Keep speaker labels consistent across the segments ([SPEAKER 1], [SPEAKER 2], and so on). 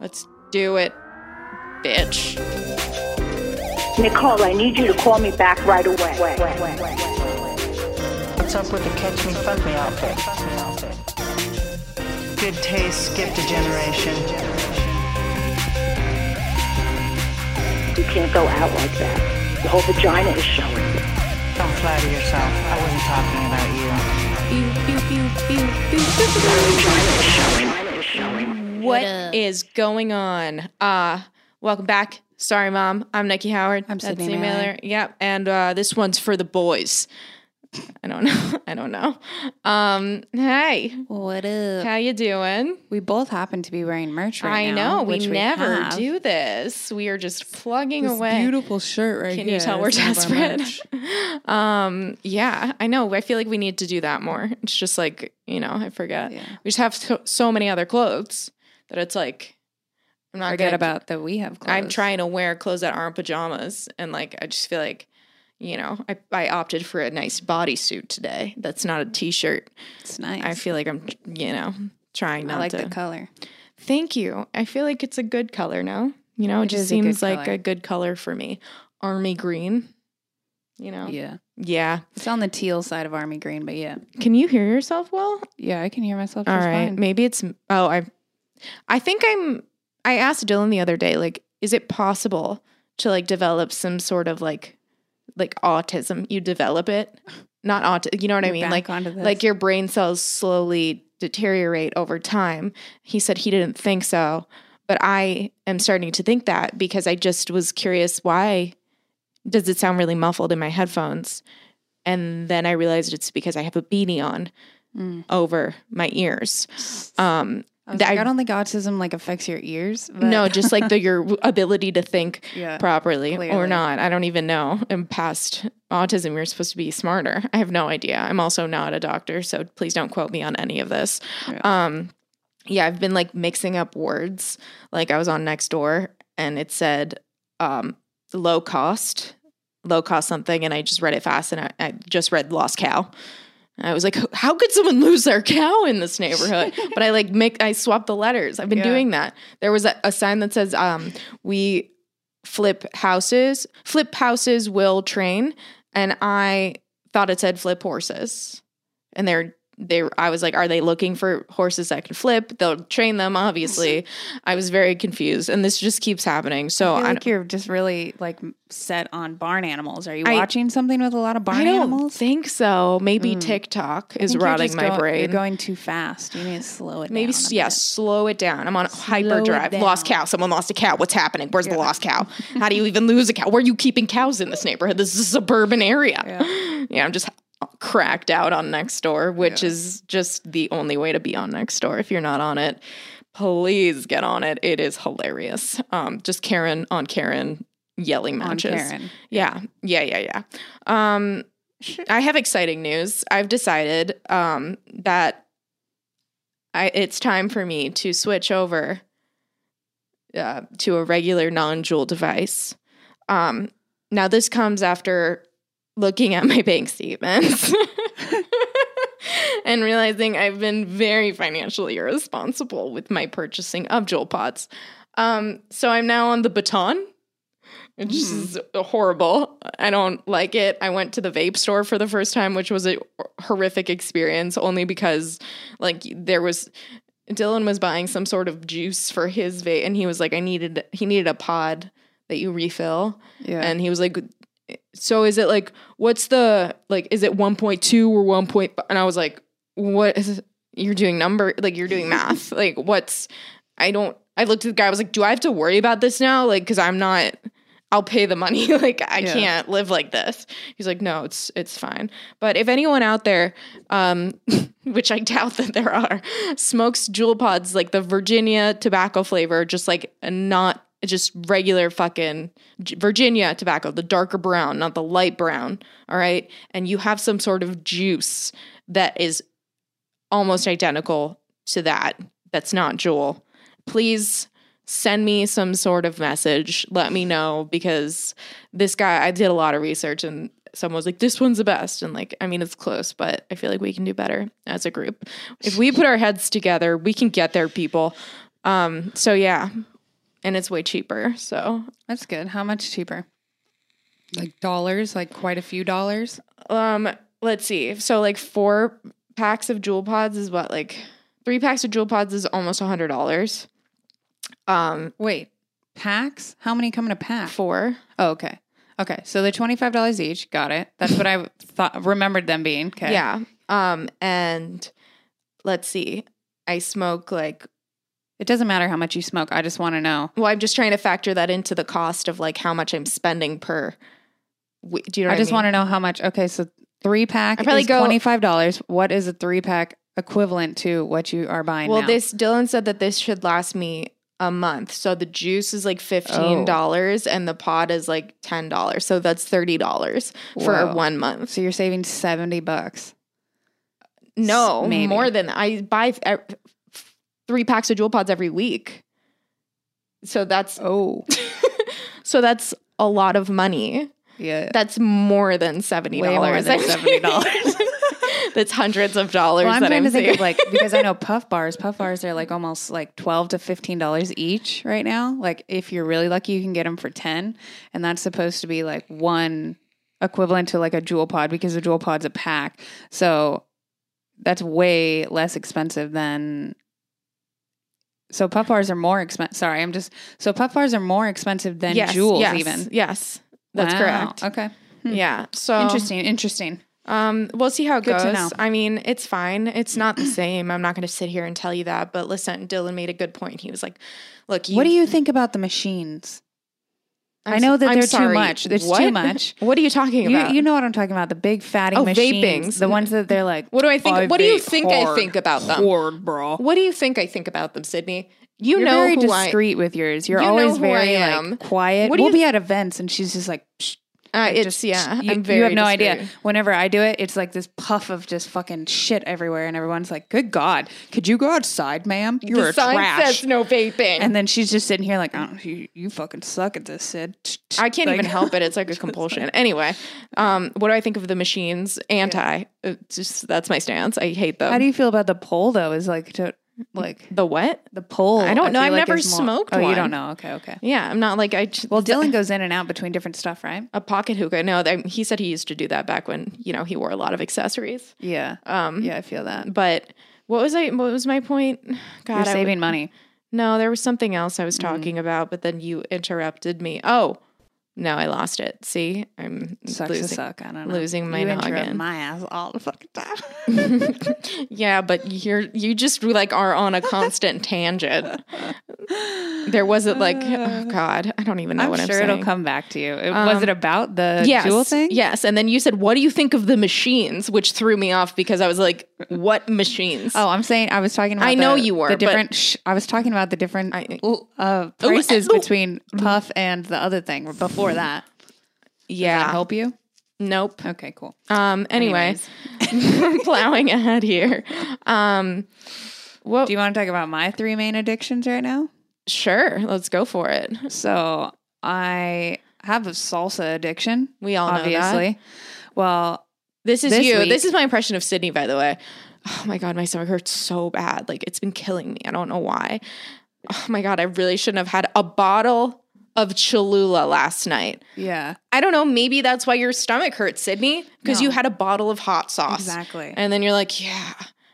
[SPEAKER 1] Let's do it, bitch.
[SPEAKER 2] Nicole, I need you to call me back right away.
[SPEAKER 3] What's up with the catch me, fuck me outfit? Good taste, skipped a generation.
[SPEAKER 2] You can't go out like that. The whole vagina is showing.
[SPEAKER 3] Don't flatter yourself. I wasn't talking about you.
[SPEAKER 1] What
[SPEAKER 4] up?
[SPEAKER 1] is going on? Uh, welcome back. Sorry, Mom. I'm Nikki Howard.
[SPEAKER 5] I'm
[SPEAKER 1] That's
[SPEAKER 5] Sydney
[SPEAKER 1] Sydney
[SPEAKER 5] Mailer.
[SPEAKER 1] Yep. And uh, this one's for the boys. I don't know. I don't know. Um, hey,
[SPEAKER 5] What up?
[SPEAKER 1] how you doing?
[SPEAKER 5] We both happen to be wearing merch right
[SPEAKER 1] I
[SPEAKER 5] now.
[SPEAKER 1] know. We
[SPEAKER 5] which
[SPEAKER 1] never
[SPEAKER 5] have.
[SPEAKER 1] do this. We are just plugging
[SPEAKER 5] This
[SPEAKER 1] away.
[SPEAKER 5] beautiful shirt right
[SPEAKER 1] Can
[SPEAKER 5] here.
[SPEAKER 1] you tell we're
[SPEAKER 5] is one of our
[SPEAKER 1] desperate?
[SPEAKER 5] merch.
[SPEAKER 1] um, yeah, I know. I feel like we need to do that more. It's just like, you know, I forget.
[SPEAKER 5] Yeah.
[SPEAKER 1] We just have so, so many other clothes that it's like, I'm not
[SPEAKER 5] Forget
[SPEAKER 1] gonna-
[SPEAKER 5] about that we have clothes.
[SPEAKER 1] I'm trying to wear clothes that aren't pajamas. And like, I just feel like, you know, I, I opted for a nice bodysuit today. That's not a t shirt.
[SPEAKER 5] It's nice.
[SPEAKER 1] I feel like I'm, you know, trying
[SPEAKER 5] I
[SPEAKER 1] not
[SPEAKER 5] like
[SPEAKER 1] to.
[SPEAKER 5] the color.
[SPEAKER 1] Thank you. I feel like it's a good color now. You know, it,
[SPEAKER 5] It
[SPEAKER 1] just
[SPEAKER 5] is a good
[SPEAKER 1] seems like
[SPEAKER 5] color.
[SPEAKER 1] a good color for me. Army green. You know?
[SPEAKER 5] Yeah.
[SPEAKER 1] Yeah.
[SPEAKER 5] It's on the teal side of army green, but yeah.
[SPEAKER 1] Can you hear yourself well?
[SPEAKER 5] Yeah, I can hear myself
[SPEAKER 1] All
[SPEAKER 5] just
[SPEAKER 1] right.
[SPEAKER 5] fine.
[SPEAKER 1] Maybe it's oh, I I think I'm I asked Dylan the other day like is it possible to like develop some sort of like like autism? You develop it. Not autism, you know what I
[SPEAKER 5] You're
[SPEAKER 1] mean?
[SPEAKER 5] back
[SPEAKER 1] Like
[SPEAKER 5] onto this.
[SPEAKER 1] like your brain cells slowly deteriorate over time. He said he didn't think so, but I am starting to think that because I just was curious why does it sound really muffled in my headphones? And then I realized it's because I have a beanie on
[SPEAKER 5] Mm.
[SPEAKER 1] over my ears. Um,
[SPEAKER 5] I, was
[SPEAKER 1] that
[SPEAKER 5] like,
[SPEAKER 1] I-
[SPEAKER 5] I don't think autism like affects your ears. But
[SPEAKER 1] no, just like the, your ability to think
[SPEAKER 5] yeah.
[SPEAKER 1] properly or
[SPEAKER 5] Clearly.
[SPEAKER 1] not. I don't even know. I'm past autism. You're supposed to be smarter. I have no idea. I'm also not a doctor, so please don't quote me on any of this.
[SPEAKER 5] Yeah.
[SPEAKER 1] Um, yeah, I've been like mixing up words. Like I was on next door and it said um, low cost, low cost something, and I just read it fast and I, I just read lost cow. I was like, how could someone lose their cow in this neighborhood? but I like make I swap the letters. I've been
[SPEAKER 5] Yeah.
[SPEAKER 1] doing that. There was a, a sign that says, um, "We flip houses. Flip houses will train." And I thought it said "flip horses," and they're they. I was like, "Are they looking for horses that can flip? They'll train them, obviously." I was very confused, and this just keeps happening. So
[SPEAKER 5] I feel
[SPEAKER 1] I,
[SPEAKER 5] like you're just really like set on barn animals. Are you
[SPEAKER 1] I-
[SPEAKER 5] watching something with a lot of barn
[SPEAKER 1] I don't
[SPEAKER 5] animals?
[SPEAKER 1] think so. Maybe
[SPEAKER 5] Mm.
[SPEAKER 1] TikTok is
[SPEAKER 5] think you're
[SPEAKER 1] rotting
[SPEAKER 5] just
[SPEAKER 1] my
[SPEAKER 5] go- You're
[SPEAKER 1] brain.
[SPEAKER 5] going too fast. You need to slow it
[SPEAKER 1] Maybe
[SPEAKER 5] down.
[SPEAKER 1] s
[SPEAKER 5] a
[SPEAKER 1] yeah,
[SPEAKER 5] bit.
[SPEAKER 1] slow it down. I'm on
[SPEAKER 5] Slow it
[SPEAKER 1] hyperdrive. Lost
[SPEAKER 5] down.
[SPEAKER 1] cow. Someone lost a cow. What's happening? Where's the
[SPEAKER 5] Yeah.
[SPEAKER 1] lost cow? How do you even lose a cow? Where are you keeping cows in this neighborhood? This is a suburban area. Yeah, I'm just uh, cracked out on next door, which is just the only way to be on next door. If you're not on it, please get on it. It is hilarious. Um, just Karen on Karen yelling
[SPEAKER 5] on
[SPEAKER 1] matches.
[SPEAKER 5] Karen.
[SPEAKER 1] Yeah. Yeah. Yeah. Yeah. Um, I have exciting news. I've decided um, that I, it's time for me to switch over uh, to a regular non jewel device. Um, now, this comes after looking at my bank statements and realizing I've been very financially irresponsible with my purchasing of jewel pods. Um, so I'm now on the baton which is horrible. I don't like it. I went to the vape store for the first time, which was a horrific experience only because like there was Dylan was buying some sort of juice for his vape and he was like I needed he needed a pod that you refill
[SPEAKER 5] Yeah.
[SPEAKER 1] and he was like so is it like what's the like is it 1.2 or 1.5 and I was like what is you're doing number like you're doing math like what's I don't I looked at the guy I was like do I have to worry about this now like cuz I'm not I'll pay the money. like I
[SPEAKER 5] Yeah.
[SPEAKER 1] can't live like this. He's like, no, it's it's fine. But if anyone out there, um, which I doubt that there are, smokes jewel pods like the Virginia tobacco flavor, just like not just regular fucking J- Virginia tobacco, the darker brown, not the light brown. All right, and you have some sort of juice that is almost identical to that. That's not jewel. Please send me some sort of message. Let me know because this guy, I did a lot of research and someone was like, this one's the best. And like, I mean, it's close, but I feel like we can do better as a group. If we put our heads together, we can get there, people. Um, so yeah, and it's way cheaper. So
[SPEAKER 5] That's good. How much cheaper? Like dollars, like quite a few dollars.
[SPEAKER 1] um, let's see. So like four packs of Jewel Pods is what like three packs of Jewel Pods is almost a hundred dollars. Um,
[SPEAKER 5] Wait, packs? How many come in a pack?
[SPEAKER 1] four.
[SPEAKER 5] Oh, okay. Okay. So they're $25 each. Got it. That's what I thought, remembered them being. Okay.
[SPEAKER 1] Yeah. Um, and let's see. I smoke like
[SPEAKER 5] It doesn't matter how much you smoke. I just want to know.
[SPEAKER 1] well, I'm just trying to factor that into the cost of like how much I'm spending per. we- Do you know?
[SPEAKER 5] I
[SPEAKER 1] what
[SPEAKER 5] just
[SPEAKER 1] mean?
[SPEAKER 5] want to know how much. Okay. So three pack
[SPEAKER 1] I probably
[SPEAKER 5] is
[SPEAKER 1] go-
[SPEAKER 5] $25. What is a three pack equivalent to what you are buying
[SPEAKER 1] Well,
[SPEAKER 5] now?
[SPEAKER 1] this Dylan said that this should last me a month. So the juice is like
[SPEAKER 5] Oh.
[SPEAKER 1] fifteen dollars, and the pod is like ten dollars. So that's thirty dollars for
[SPEAKER 5] Whoa.
[SPEAKER 1] one month.
[SPEAKER 5] So you're saving 70 bucks.
[SPEAKER 1] No,
[SPEAKER 5] maybe.
[SPEAKER 1] more than I buy th- ev- three packs of jewel pods every week. So that's
[SPEAKER 5] Oh,
[SPEAKER 1] so that's a lot of money.
[SPEAKER 5] yeah.
[SPEAKER 1] That's more than seventy
[SPEAKER 5] Way more
[SPEAKER 1] dollars.
[SPEAKER 5] than $70.
[SPEAKER 1] that's hundreds of dollars
[SPEAKER 5] Well, I'm
[SPEAKER 1] that
[SPEAKER 5] trying
[SPEAKER 1] I'm
[SPEAKER 5] to think
[SPEAKER 1] saving.
[SPEAKER 5] of like because I know puff bars. Puff bars are like almost like twelve to fifteen dollars each right now. Like if you're really lucky, you can get them for ten, and that's supposed to be like one equivalent to like a jewel pod because a jewel pod's a pack. So that's way less expensive than. So puff bars are more expensive. Sorry, I'm just so puff bars are more expensive than
[SPEAKER 1] yes,
[SPEAKER 5] jewels
[SPEAKER 1] yes,
[SPEAKER 5] even.
[SPEAKER 1] Yes, that's
[SPEAKER 5] Wow.
[SPEAKER 1] correct.
[SPEAKER 5] Okay.
[SPEAKER 1] Yeah. So
[SPEAKER 5] Interesting. Interesting.
[SPEAKER 1] Um, we'll see how it
[SPEAKER 5] Good
[SPEAKER 1] goes.
[SPEAKER 5] to know.
[SPEAKER 1] I mean, it's fine. It's not the same. I'm not going to sit here and tell you that. But listen, Dylan made a good point. He was like, "Look, you,
[SPEAKER 5] what do you think about the machines?
[SPEAKER 1] I'm
[SPEAKER 5] I know that
[SPEAKER 1] I'm
[SPEAKER 5] they're too much. It's too
[SPEAKER 1] What?
[SPEAKER 5] much.
[SPEAKER 1] what are you talking
[SPEAKER 5] You,
[SPEAKER 1] about?
[SPEAKER 5] you know what I'm talking about? The big fatty
[SPEAKER 1] Oh,
[SPEAKER 5] machines,
[SPEAKER 1] vapings.
[SPEAKER 5] the ones that they're like.
[SPEAKER 1] what do I think?
[SPEAKER 5] I
[SPEAKER 1] what do you
[SPEAKER 5] vape
[SPEAKER 1] think I
[SPEAKER 5] hard,
[SPEAKER 1] think about them?
[SPEAKER 5] Hard, bro.
[SPEAKER 1] What do you think I think about them, Sydney? You
[SPEAKER 5] You're
[SPEAKER 1] know
[SPEAKER 5] very
[SPEAKER 1] who
[SPEAKER 5] discreet with yours. You're
[SPEAKER 1] You know
[SPEAKER 5] always
[SPEAKER 1] who
[SPEAKER 5] very
[SPEAKER 1] I
[SPEAKER 5] like,
[SPEAKER 1] am.
[SPEAKER 5] quiet.
[SPEAKER 1] What do
[SPEAKER 5] We'll
[SPEAKER 1] you-
[SPEAKER 5] be at events, and she's just like,
[SPEAKER 1] I.
[SPEAKER 5] Psh,
[SPEAKER 1] Uh,
[SPEAKER 5] like,
[SPEAKER 1] it's
[SPEAKER 5] just,
[SPEAKER 1] yeah.
[SPEAKER 5] psh, You,
[SPEAKER 1] I'm very.
[SPEAKER 5] you have no idea.
[SPEAKER 1] discreet.
[SPEAKER 5] Whenever I do it, it's like this puff of just fucking shit everywhere, and everyone's like, "Good God, could you go outside, ma'am? You're
[SPEAKER 1] the
[SPEAKER 5] a
[SPEAKER 1] sign
[SPEAKER 5] trash."
[SPEAKER 1] says no vaping.
[SPEAKER 5] and then she's just sitting here like, oh, you, you fucking suck at this, Sid. Tch, tch.
[SPEAKER 1] I can't
[SPEAKER 5] Like-
[SPEAKER 1] even help it. It's like a compulsion. Anyway, um, what do I think of the machines? Anti. It's just that's my stance. I hate them.
[SPEAKER 5] How do you feel about the poll though? Is like to like
[SPEAKER 1] the what?
[SPEAKER 5] the poll.
[SPEAKER 1] I don't know.
[SPEAKER 5] feel
[SPEAKER 1] I've never
[SPEAKER 5] is
[SPEAKER 1] smoked
[SPEAKER 5] Oh, you
[SPEAKER 1] one.
[SPEAKER 5] don't know. Okay, okay.
[SPEAKER 1] Yeah, I'm not like I. j-
[SPEAKER 5] Well, Dylan goes in and out between different stuff, right?
[SPEAKER 1] a pocket hookah. No, that, he said he used to do that back when you know he wore a lot of accessories.
[SPEAKER 5] Yeah.
[SPEAKER 1] Um,
[SPEAKER 5] Yeah, I feel that.
[SPEAKER 1] but what was I? What was my point? God,
[SPEAKER 5] You're
[SPEAKER 1] I would-
[SPEAKER 5] saving money.
[SPEAKER 1] no, there was something else I was
[SPEAKER 5] Mm-hmm.
[SPEAKER 1] talking about, but then you interrupted me. Oh, no, I lost it. See, I'm
[SPEAKER 5] Sucks to
[SPEAKER 1] losing.
[SPEAKER 5] suck. I don't know.
[SPEAKER 1] losing my
[SPEAKER 5] you interrupt
[SPEAKER 1] noggin.
[SPEAKER 5] my ass all the fucking time.
[SPEAKER 1] yeah, but you're you just like are on a constant tangent. There wasn't like oh God, I don't even know
[SPEAKER 5] I'm
[SPEAKER 1] what
[SPEAKER 5] sure
[SPEAKER 1] I'm saying. Um,
[SPEAKER 5] it'll come back to you. It- was it about the
[SPEAKER 1] yes,
[SPEAKER 5] jewel thing?
[SPEAKER 1] Yes, and then you said, "What do you think of the machines?" Which threw me off because I was like, "What machines?"
[SPEAKER 5] Oh, I'm saying I was talking about
[SPEAKER 1] I know
[SPEAKER 5] the-
[SPEAKER 1] you were,
[SPEAKER 5] the
[SPEAKER 1] but-
[SPEAKER 5] different shh, I was talking about the different
[SPEAKER 1] I-
[SPEAKER 5] uh, prices
[SPEAKER 1] ooh.
[SPEAKER 5] between puff and the other thing before that. Did that
[SPEAKER 1] yeah,
[SPEAKER 5] help you?
[SPEAKER 1] nope.
[SPEAKER 5] Okay, cool.
[SPEAKER 1] Um, anyway, plowing ahead here. Um, well,
[SPEAKER 5] Do you want to talk about my three main addictions right now?
[SPEAKER 1] sure, let's go for it.
[SPEAKER 5] So I have a salsa addiction.
[SPEAKER 1] We all know that.
[SPEAKER 5] obviously. Well,
[SPEAKER 1] This is
[SPEAKER 5] This
[SPEAKER 1] you.
[SPEAKER 5] week-
[SPEAKER 1] This is my impression of Sydney, by the way. Oh my god, my stomach hurts so bad. Like it's been killing me. I don't know why. Oh my god, I really shouldn't have had a bottle of Cholula last night.
[SPEAKER 5] yeah,
[SPEAKER 1] I don't know. Maybe that's why your stomach hurts, Sydney, because you
[SPEAKER 5] No.
[SPEAKER 1] had a bottle of hot sauce.
[SPEAKER 5] exactly.
[SPEAKER 1] And then you're like, yeah.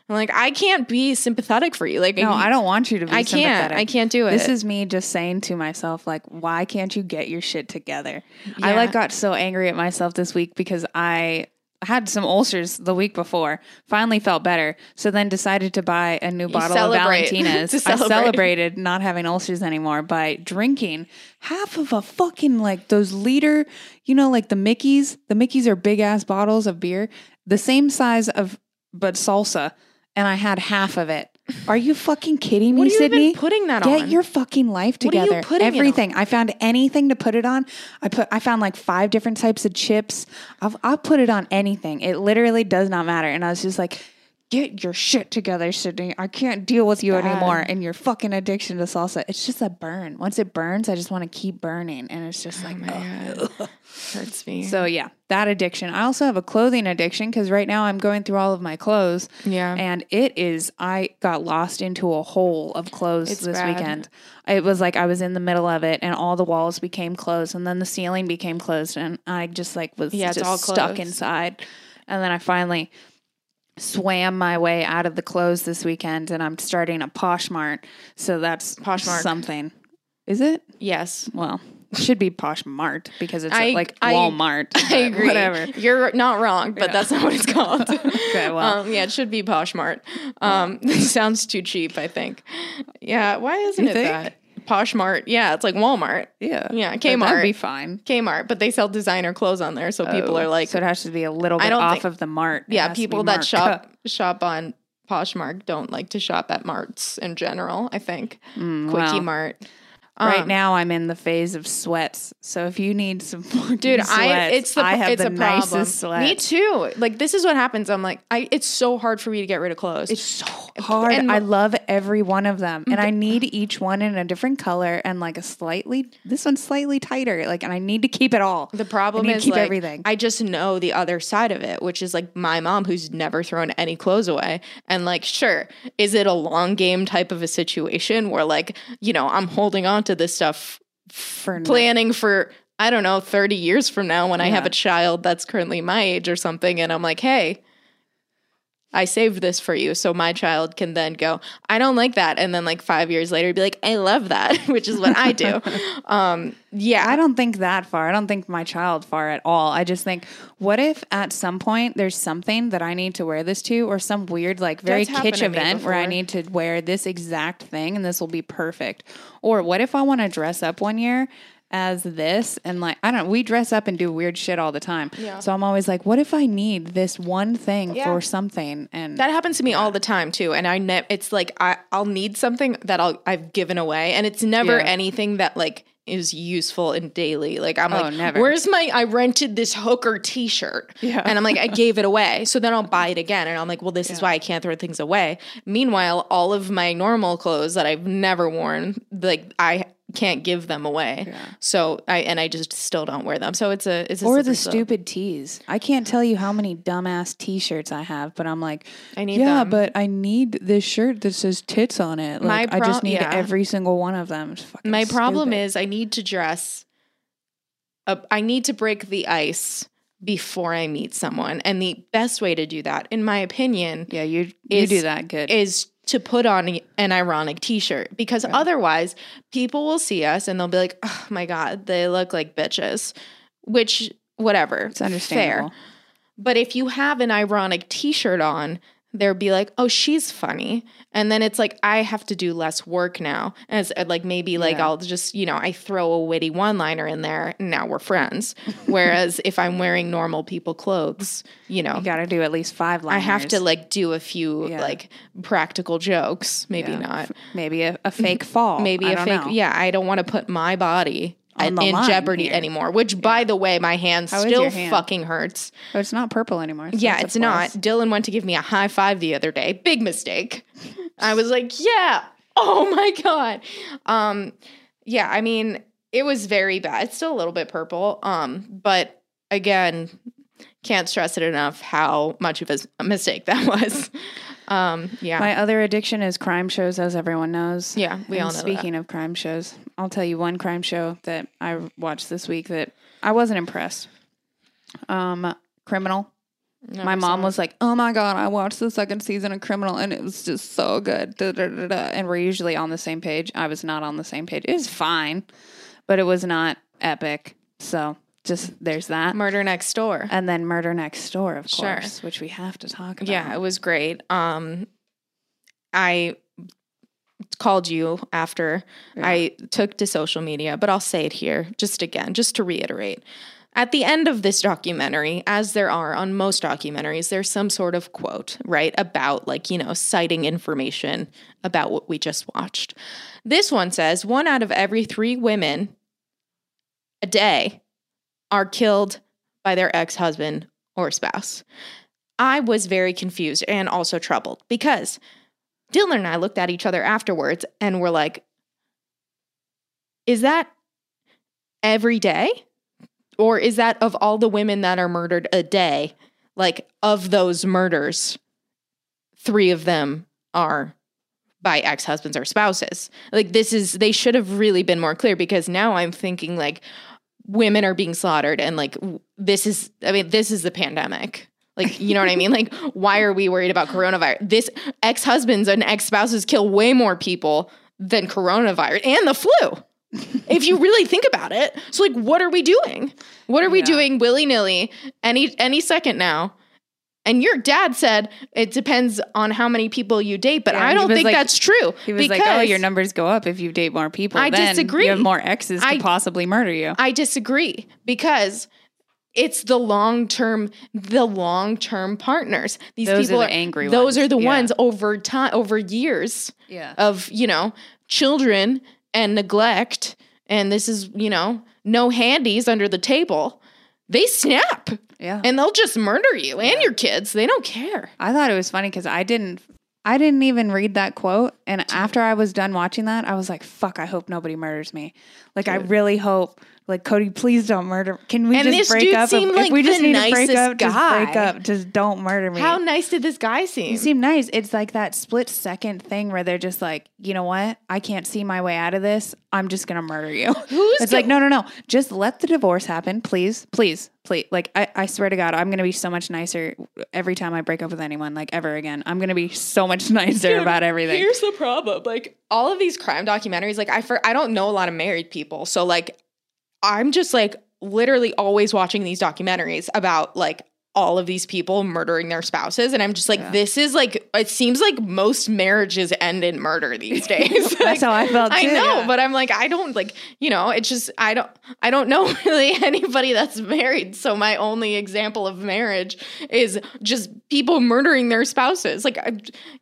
[SPEAKER 1] I'm like, I can't be sympathetic for you. Like,
[SPEAKER 5] no, I don't want you to be.
[SPEAKER 1] I can't.
[SPEAKER 5] sympathetic.
[SPEAKER 1] I can't do it.
[SPEAKER 5] This is me just saying to myself, like, why can't you get your shit together? I
[SPEAKER 1] Yeah.
[SPEAKER 5] like got so angry at myself this week because I had some ulcers the week before. Finally felt better, so then decided to buy a new bottle of
[SPEAKER 1] celebrate.
[SPEAKER 5] Valentina's.
[SPEAKER 1] To
[SPEAKER 5] I
[SPEAKER 1] celebrate.
[SPEAKER 5] celebrated not having ulcers anymore by drinking half of a fucking like those liter, you know, like the Mickey's. The Mickey's are big ass bottles of beer, the same size of but salsa. And I had half of it. Are you fucking kidding me,
[SPEAKER 1] what are you
[SPEAKER 5] Sydney?
[SPEAKER 1] even putting that
[SPEAKER 5] Get
[SPEAKER 1] on?
[SPEAKER 5] your fucking life
[SPEAKER 1] What are you
[SPEAKER 5] together.
[SPEAKER 1] putting it on?
[SPEAKER 5] Everything. I found anything to put it on. I put. I found like five different types of chips. I've, I'll put it on anything. It literally does not matter. And I was just like, get your shit together, Sydney. I can't deal with you anymore and your fucking addiction to salsa. It's just a burn. Once it burns, I just want to keep burning. And it's
[SPEAKER 1] Oh
[SPEAKER 5] just like, ugh.
[SPEAKER 1] Hurts me.
[SPEAKER 5] So yeah, that addiction. I also have a clothing addiction because right now I'm going through all of my clothes.
[SPEAKER 1] Yeah.
[SPEAKER 5] And it is I got lost into a hole of clothes
[SPEAKER 1] It's
[SPEAKER 5] this
[SPEAKER 1] bad.
[SPEAKER 5] weekend. It was like I was in the middle of it and all the walls became closed and then the ceiling became closed and I just like was
[SPEAKER 1] Yeah, it's
[SPEAKER 5] just
[SPEAKER 1] all
[SPEAKER 5] stuck
[SPEAKER 1] clothes.
[SPEAKER 5] inside. And then I finally swam my way out of the clothes this weekend and I'm starting a Poshmark. So that's
[SPEAKER 1] Poshmark.
[SPEAKER 5] something. Is it?
[SPEAKER 1] yes.
[SPEAKER 5] Well, it should be Poshmart because it's
[SPEAKER 1] I-
[SPEAKER 5] like
[SPEAKER 1] I-
[SPEAKER 5] Walmart.
[SPEAKER 1] I
[SPEAKER 5] but
[SPEAKER 1] agree.
[SPEAKER 5] Whatever.
[SPEAKER 1] You're not wrong, but that's not what it's called.
[SPEAKER 5] Okay, well.
[SPEAKER 1] um, yeah, it should be Poshmart. Um, sounds too cheap, I think. Yeah, why isn't
[SPEAKER 5] You
[SPEAKER 1] it
[SPEAKER 5] think?
[SPEAKER 1] that? Poshmart. Yeah, it's like Walmart.
[SPEAKER 5] Yeah.
[SPEAKER 1] Yeah,
[SPEAKER 5] But
[SPEAKER 1] Kmart.
[SPEAKER 5] That'd be fine.
[SPEAKER 1] Kmart, but they sell designer clothes on there, so people are like,
[SPEAKER 5] Oh, so it has to be a little
[SPEAKER 1] I
[SPEAKER 5] bit
[SPEAKER 1] don't
[SPEAKER 5] off
[SPEAKER 1] think-
[SPEAKER 5] of the mart. It
[SPEAKER 1] yeah,
[SPEAKER 5] has to be
[SPEAKER 1] people that
[SPEAKER 5] Mark.
[SPEAKER 1] shop shop on Poshmark don't like to shop at marts in general. I think
[SPEAKER 5] Mm,
[SPEAKER 1] Quickie
[SPEAKER 5] well,
[SPEAKER 1] Mart.
[SPEAKER 5] Right
[SPEAKER 1] Um,
[SPEAKER 5] now, I'm in the phase of sweats. So if you need some, fucking
[SPEAKER 1] dude i
[SPEAKER 5] sweats,
[SPEAKER 1] it's the
[SPEAKER 5] I have
[SPEAKER 1] it's
[SPEAKER 5] the
[SPEAKER 1] a
[SPEAKER 5] nicest
[SPEAKER 1] problem me
[SPEAKER 5] sweats.
[SPEAKER 1] too like this is what happens i'm like i it's so hard for me to get rid of clothes
[SPEAKER 5] It's so hard.
[SPEAKER 1] And-
[SPEAKER 5] I love every one of them, and I need each one in a different color and like a slightly this one's slightly tighter. Like, and I need to keep it all.
[SPEAKER 1] the problem
[SPEAKER 5] I need to
[SPEAKER 1] is
[SPEAKER 5] keep
[SPEAKER 1] like,
[SPEAKER 5] everything.
[SPEAKER 1] I just know the other side of it, which is like my mom who's never thrown any clothes away. And like, sure, is it a long game type of a situation where like, you know, I'm holding on to this stuff
[SPEAKER 5] for
[SPEAKER 1] planning for I don't know 30 years from now when I have
[SPEAKER 5] Yeah.
[SPEAKER 1] a child that's currently my age or something and I'm like, "Hey, I saved this for you so my child can then go, I don't like that." And then like 5 years later be like, "I love that," which is what I do. um yeah.
[SPEAKER 5] I don't think that far. I don't think my child far at all. I just think, what if at some point there's something that I need to wear this to, or some weird, like very
[SPEAKER 1] That's happened
[SPEAKER 5] kitsch
[SPEAKER 1] to me
[SPEAKER 5] event where I
[SPEAKER 1] before.
[SPEAKER 5] need to wear this exact thing and this will be perfect? Or what if I want to dress up one year? As this, and like, I don't, we dress up and do weird shit all the time.
[SPEAKER 1] Yeah.
[SPEAKER 5] So I'm always like, what if I need this one thing
[SPEAKER 1] Yeah.
[SPEAKER 5] for something? And
[SPEAKER 1] That happens to me all the time too, and I ne- it's like I I'll need something that I'll I've given away, and it's never
[SPEAKER 5] Yeah.
[SPEAKER 1] anything that like is useful and daily. Like I'm
[SPEAKER 5] Oh,
[SPEAKER 1] like,
[SPEAKER 5] never.
[SPEAKER 1] where's my? I rented this hooker T-shirt,
[SPEAKER 5] Yeah.
[SPEAKER 1] and I'm like, I gave it away, so then I'll buy it again, and I'm like, well, this is why I can't throw things away. Meanwhile, all of my normal clothes that I've never worn, like I can't give them away, so I and I just still don't wear them. So it's a it's a
[SPEAKER 5] or
[SPEAKER 1] slippery
[SPEAKER 5] the
[SPEAKER 1] slope.
[SPEAKER 5] stupid tees. I can't tell you how many dumbass T-shirts I have, but I'm like,
[SPEAKER 1] I need
[SPEAKER 5] yeah,
[SPEAKER 1] them.
[SPEAKER 5] but I need this shirt that says tits on it.
[SPEAKER 1] My
[SPEAKER 5] Like, I just
[SPEAKER 1] pro-
[SPEAKER 5] need
[SPEAKER 1] yeah.
[SPEAKER 5] every single one of them. It's fucking
[SPEAKER 1] My problem
[SPEAKER 5] stupid.
[SPEAKER 1] is I need to dress up. I need to break the ice before I meet someone. And the best way to do that, in my opinion,
[SPEAKER 5] yeah, you you
[SPEAKER 1] is-
[SPEAKER 5] do that good.
[SPEAKER 1] is to put on an ironic t-shirt because otherwise people will see us and they'll be like, "Oh my god, they look like bitches." Which whatever.
[SPEAKER 5] it's understandable.
[SPEAKER 1] But if you have an ironic t shirt on, they'll be like, oh, she's funny. And then it's like, I have to do less work now. As uh, like maybe like
[SPEAKER 5] Yeah.
[SPEAKER 1] I'll just, you know, I throw a witty one liner in there and now we're friends. Whereas if I'm wearing normal people clothes, you know,
[SPEAKER 5] You got to do at least five
[SPEAKER 1] I
[SPEAKER 5] liners.
[SPEAKER 1] have to like do a few
[SPEAKER 5] Yeah.
[SPEAKER 1] like practical jokes. Maybe
[SPEAKER 5] Yeah.
[SPEAKER 1] not.
[SPEAKER 5] maybe a, a fake fall.
[SPEAKER 1] Maybe
[SPEAKER 5] I
[SPEAKER 1] a
[SPEAKER 5] don't
[SPEAKER 1] fake.
[SPEAKER 5] know.
[SPEAKER 1] Yeah, I don't want to put my body
[SPEAKER 5] On
[SPEAKER 1] in
[SPEAKER 5] the line
[SPEAKER 1] jeopardy
[SPEAKER 5] here.
[SPEAKER 1] anymore. Which, by the way, my hand
[SPEAKER 5] How is
[SPEAKER 1] still
[SPEAKER 5] your hand?
[SPEAKER 1] fucking hurts.
[SPEAKER 5] But it's not purple anymore. so
[SPEAKER 1] Yeah,
[SPEAKER 5] that's a
[SPEAKER 1] it's not.
[SPEAKER 5] plus.
[SPEAKER 1] Dylan went to give me a high five the other day. Big mistake. I was like, yeah. Oh my god. Um yeah, I mean, it was very bad. It's still a little bit purple. Um but again, can't stress it enough how much of a s- a mistake that was. Um yeah.
[SPEAKER 5] My other addiction is crime shows, as everyone knows.
[SPEAKER 1] yeah, we
[SPEAKER 5] And
[SPEAKER 1] all know
[SPEAKER 5] Speaking of crime shows, I'll tell you one crime show that I watched this week that I wasn't impressed. Um, Criminal.
[SPEAKER 1] that.
[SPEAKER 5] my mom was like, "Oh my god, I watched the second season of Criminal, and it was just so good." Da, da, da, da. And we're usually on the same page. I was not on the same page. It was fine, but it was not epic. So just there's that.
[SPEAKER 1] Murder Next Door.
[SPEAKER 5] and then Murder Next Door, of
[SPEAKER 1] Sure.
[SPEAKER 5] course, which we have to talk about.
[SPEAKER 1] Yeah, it was great. Um, I called you after I took to social media, but I'll say it here just again, just to reiterate. At the end of this documentary, as there are on most documentaries, there's some sort of quote, right, about like, you know, citing information about what we just watched. This one says one out of every three women a day are killed by their ex husband or spouse. I was very confused and also troubled because Dylan and I looked at each other afterwards and were like, is that every day? Or is that of all the women that are murdered a day, like of those murders, three of them are by ex husbands or spouses? Like, this is, they should have really been more clear because now I'm thinking like women are being slaughtered and like w- this is, I mean, this is the pandemic. Like, you know what I mean? Like, why are we worried about coronavirus? This ex husbands and ex spouses kill way more people than coronavirus and the flu if you really think about it. So like what are we doing? What are we
[SPEAKER 5] Yeah.
[SPEAKER 1] doing willy-nilly any any second now? And your dad said it depends on how many people you date, but
[SPEAKER 5] Yeah,
[SPEAKER 1] I
[SPEAKER 5] he
[SPEAKER 1] don't
[SPEAKER 5] was
[SPEAKER 1] think
[SPEAKER 5] like-
[SPEAKER 1] that's true.
[SPEAKER 5] He was like, "Oh, your numbers go up if you date more people."
[SPEAKER 1] I
[SPEAKER 5] Then
[SPEAKER 1] disagree.
[SPEAKER 5] You have more exes to
[SPEAKER 1] I-
[SPEAKER 5] possibly murder you.
[SPEAKER 1] I disagree because it's the long term, the long term partners. These
[SPEAKER 5] Those are
[SPEAKER 1] people
[SPEAKER 5] the angry
[SPEAKER 1] Those
[SPEAKER 5] ones.
[SPEAKER 1] are the
[SPEAKER 5] Yeah.
[SPEAKER 1] ones over time, over years
[SPEAKER 5] Yeah.
[SPEAKER 1] of you know children and neglect, and this is you know no handies under the table. They snap
[SPEAKER 5] yeah.
[SPEAKER 1] and they'll just murder you and your kids. They don't care.
[SPEAKER 5] I thought it was funny because I didn't. I didn't even read that quote. And after I was done watching that, I was like, fuck, I hope nobody murders me. Like, I really hope, like, Cody, please don't murder. Can we
[SPEAKER 1] And
[SPEAKER 5] just
[SPEAKER 1] this
[SPEAKER 5] break
[SPEAKER 1] dude
[SPEAKER 5] up?
[SPEAKER 1] seemed like
[SPEAKER 5] we just
[SPEAKER 1] the
[SPEAKER 5] need to break
[SPEAKER 1] nicest
[SPEAKER 5] up, just break
[SPEAKER 1] guy.
[SPEAKER 5] up. Just don't murder me.
[SPEAKER 1] How nice did this guy seem?
[SPEAKER 5] You seem nice. It's like that split second thing where they're just like, you know what? I can't see my way out of this. I'm just gonna murder you.
[SPEAKER 1] Who's
[SPEAKER 5] it's
[SPEAKER 1] go-
[SPEAKER 5] like, no, no, no. Just let the divorce happen, please, please, please. Like, I, I swear to God, I'm gonna be so much nicer every time I break up with anyone, like ever again. I'm gonna be so much nicer
[SPEAKER 1] Dude,
[SPEAKER 5] about everything.
[SPEAKER 1] Here's the problem. Like all of these crime documentaries, like I for, I don't know a lot of married people. So like I'm just like literally always watching these documentaries about like all of these people murdering their spouses and I'm just like this is like it seems like most marriages end in murder these days. Like,
[SPEAKER 5] That's how I felt. Too.
[SPEAKER 1] I know,
[SPEAKER 5] Yeah.
[SPEAKER 1] but I'm like I don't like, you know, it's just I don't I don't know really anybody that's married. So my only example of marriage is just people murdering their spouses. Like I-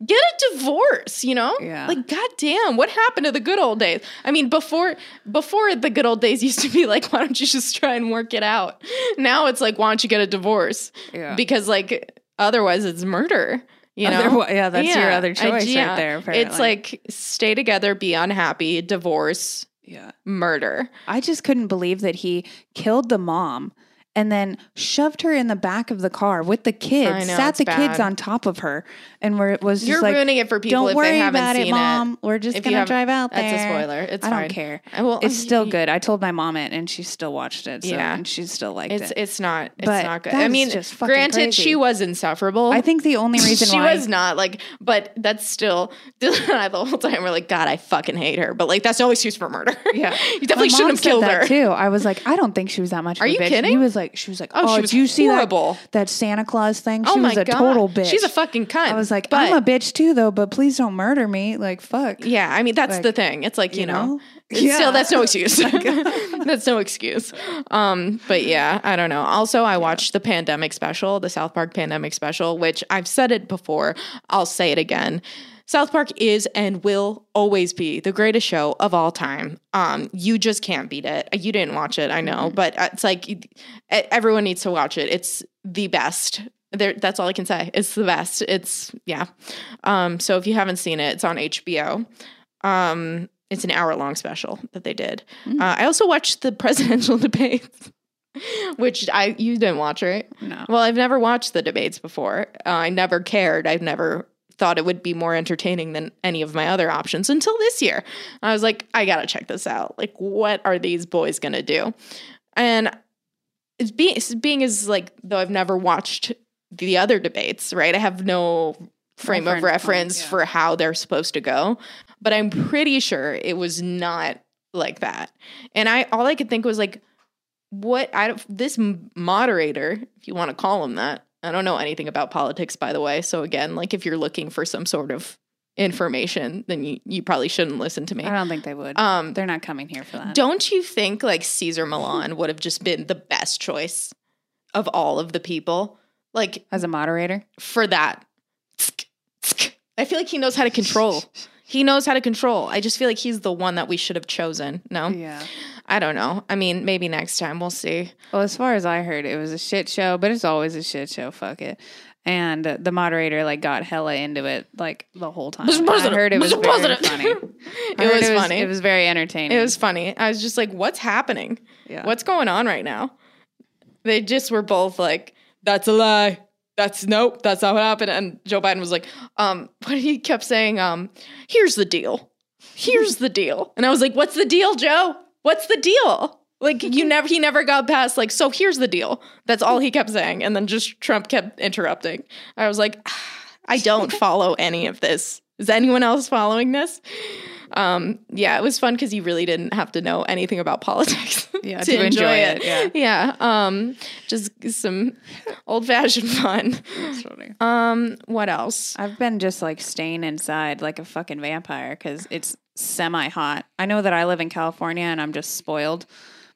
[SPEAKER 1] get a divorce, you know?
[SPEAKER 5] Yeah.
[SPEAKER 1] Like goddamn, what happened to the good old days? I mean, before before the good old days used to be like why don't you just try and work it out? Now it's like why don't you get a divorce?
[SPEAKER 5] Yeah.
[SPEAKER 1] Because like otherwise it's murder. You know?
[SPEAKER 5] Otherwi- yeah, that's your other
[SPEAKER 1] I-
[SPEAKER 5] choice right there,
[SPEAKER 1] It's
[SPEAKER 5] apparently.
[SPEAKER 1] like stay together, be unhappy, divorce,
[SPEAKER 5] yeah.
[SPEAKER 1] murder.
[SPEAKER 5] I just couldn't believe that he killed the mom and then shoved her in the back of the car with the
[SPEAKER 1] I
[SPEAKER 5] kids,
[SPEAKER 1] know,
[SPEAKER 5] sat
[SPEAKER 1] it's
[SPEAKER 5] the kids
[SPEAKER 1] bad.
[SPEAKER 5] on top of her, and where it was just
[SPEAKER 1] You're
[SPEAKER 5] like,
[SPEAKER 1] ruining it for people
[SPEAKER 5] Don't
[SPEAKER 1] if
[SPEAKER 5] worry
[SPEAKER 1] they haven't
[SPEAKER 5] about
[SPEAKER 1] seen
[SPEAKER 5] it, mom. We're just
[SPEAKER 1] If you
[SPEAKER 5] gonna
[SPEAKER 1] have-
[SPEAKER 5] drive out there.
[SPEAKER 1] That's a spoiler. It's
[SPEAKER 5] I
[SPEAKER 1] fine.
[SPEAKER 5] don't care.
[SPEAKER 1] I- well,
[SPEAKER 5] it's still
[SPEAKER 1] y-
[SPEAKER 5] good. I told my mom it, and she still watched it. So,
[SPEAKER 1] Yeah.
[SPEAKER 5] and she still liked
[SPEAKER 1] It's
[SPEAKER 5] it.
[SPEAKER 1] it's not it's
[SPEAKER 5] But
[SPEAKER 1] not good.
[SPEAKER 5] that
[SPEAKER 1] I
[SPEAKER 5] is
[SPEAKER 1] mean,
[SPEAKER 5] just fucking
[SPEAKER 1] granted,
[SPEAKER 5] crazy.
[SPEAKER 1] she was insufferable.
[SPEAKER 5] I think the only reason
[SPEAKER 1] she
[SPEAKER 5] why
[SPEAKER 1] was not like, but that's still Dylan and I the whole time were like, God, I fucking hate her. But like, that's no excuse for murder.
[SPEAKER 5] Yeah.
[SPEAKER 1] you definitely
[SPEAKER 5] my
[SPEAKER 1] shouldn't
[SPEAKER 5] mom
[SPEAKER 1] have
[SPEAKER 5] said
[SPEAKER 1] killed
[SPEAKER 5] that
[SPEAKER 1] her.
[SPEAKER 5] Too. I was like, I don't think she was that much. Of
[SPEAKER 1] Are
[SPEAKER 5] a
[SPEAKER 1] you
[SPEAKER 5] bitch.
[SPEAKER 1] kidding?
[SPEAKER 5] He was like, she was like,
[SPEAKER 1] Oh,
[SPEAKER 5] oh,
[SPEAKER 1] she was
[SPEAKER 5] did you see
[SPEAKER 1] horrible.
[SPEAKER 5] that that Santa Claus thing? She
[SPEAKER 1] Oh
[SPEAKER 5] was
[SPEAKER 1] my
[SPEAKER 5] a
[SPEAKER 1] God.
[SPEAKER 5] total bitch.
[SPEAKER 1] She's a fucking cunt.
[SPEAKER 5] I was like,
[SPEAKER 1] But-
[SPEAKER 5] I'm a bitch too, though. But please don't murder me. Like, fuck.
[SPEAKER 1] Yeah, I mean that's
[SPEAKER 5] Like,
[SPEAKER 1] the thing. It's like you,
[SPEAKER 5] you
[SPEAKER 1] know,
[SPEAKER 5] know?
[SPEAKER 1] it's
[SPEAKER 5] Yeah.
[SPEAKER 1] still that's no excuse. that's no excuse. Um, but yeah, I don't know. Also, I watched the pandemic special, the South Park pandemic special, which I've said it before. I'll say it again. South Park is and will always be the greatest show of all time. Um, you just can't beat it. You didn't watch it, I know,
[SPEAKER 5] Mm-hmm.
[SPEAKER 1] but it's like e- everyone needs to watch it. It's the best. There, that's all I can say. It's the best. It's yeah. Um, so if you haven't seen it, it's on HBO. Um, it's an hour long special that they did. Uh, I also watched the presidential debates, which I you didn't watch, right?
[SPEAKER 5] No.
[SPEAKER 1] Well, I've never watched the debates before. Uh, I never cared. I've never thought it would be more entertaining than any of my other options until this year. I was like, I gotta check this out. Like, what are these boys gonna do? And it's being it's being is like though I've never watched the other debates, right? I have no frame
[SPEAKER 5] Reference
[SPEAKER 1] of
[SPEAKER 5] point,
[SPEAKER 1] reference
[SPEAKER 5] yeah.
[SPEAKER 1] for how they're supposed to go, but I'm pretty sure it was not like that. And I all I could think was like, what I don't this m- moderator, if you want to call him that. I don't know anything about politics, by the way. So again, like if you're looking for some sort of information, then you, you probably shouldn't listen to me.
[SPEAKER 5] I don't think they would.
[SPEAKER 1] Um,
[SPEAKER 5] They're not coming here for that.
[SPEAKER 1] don't you think like Caesar Milan would have just been the best choice of all of the people? Like
[SPEAKER 5] As a moderator,
[SPEAKER 1] for that. I feel like he knows how to control. He knows how to control. I just feel like he's the one that we should have chosen. No?
[SPEAKER 5] yeah.
[SPEAKER 1] I don't know. I mean, maybe next time we'll see.
[SPEAKER 5] Well, as far as I heard, it was a shit show, but it's always a shit show. Fuck it. and the moderator like got hella into it like the whole time.
[SPEAKER 1] Mr.
[SPEAKER 5] I
[SPEAKER 1] President,
[SPEAKER 5] heard it was
[SPEAKER 1] Mr.
[SPEAKER 5] very
[SPEAKER 1] President.
[SPEAKER 5] funny. I heard
[SPEAKER 1] It was funny.
[SPEAKER 5] It was very entertaining.
[SPEAKER 1] It was funny. I was just like, what's happening?
[SPEAKER 5] Yeah.
[SPEAKER 1] What's going on right now? They just were both like, that's a lie. That's nope, that's not what happened. And Joe Biden was like, um, but he kept saying, um, here's the deal. Here's the deal. And I was like, what's the deal, Joe? What's the deal? Like you never he never got past like, so here's the deal. That's all he kept saying. And then just Trump kept interrupting. I was like, I don't follow any of this. Is anyone else following this? Um, yeah, it was fun because you really didn't have to know anything about politics
[SPEAKER 5] Yeah, to enjoy it,
[SPEAKER 1] Yeah, um, just some old fashioned fun.
[SPEAKER 5] funny.
[SPEAKER 1] Um, what else?
[SPEAKER 5] I've been just like staying inside like a fucking vampire because it's semi hot. I know that I live in California and I'm just spoiled,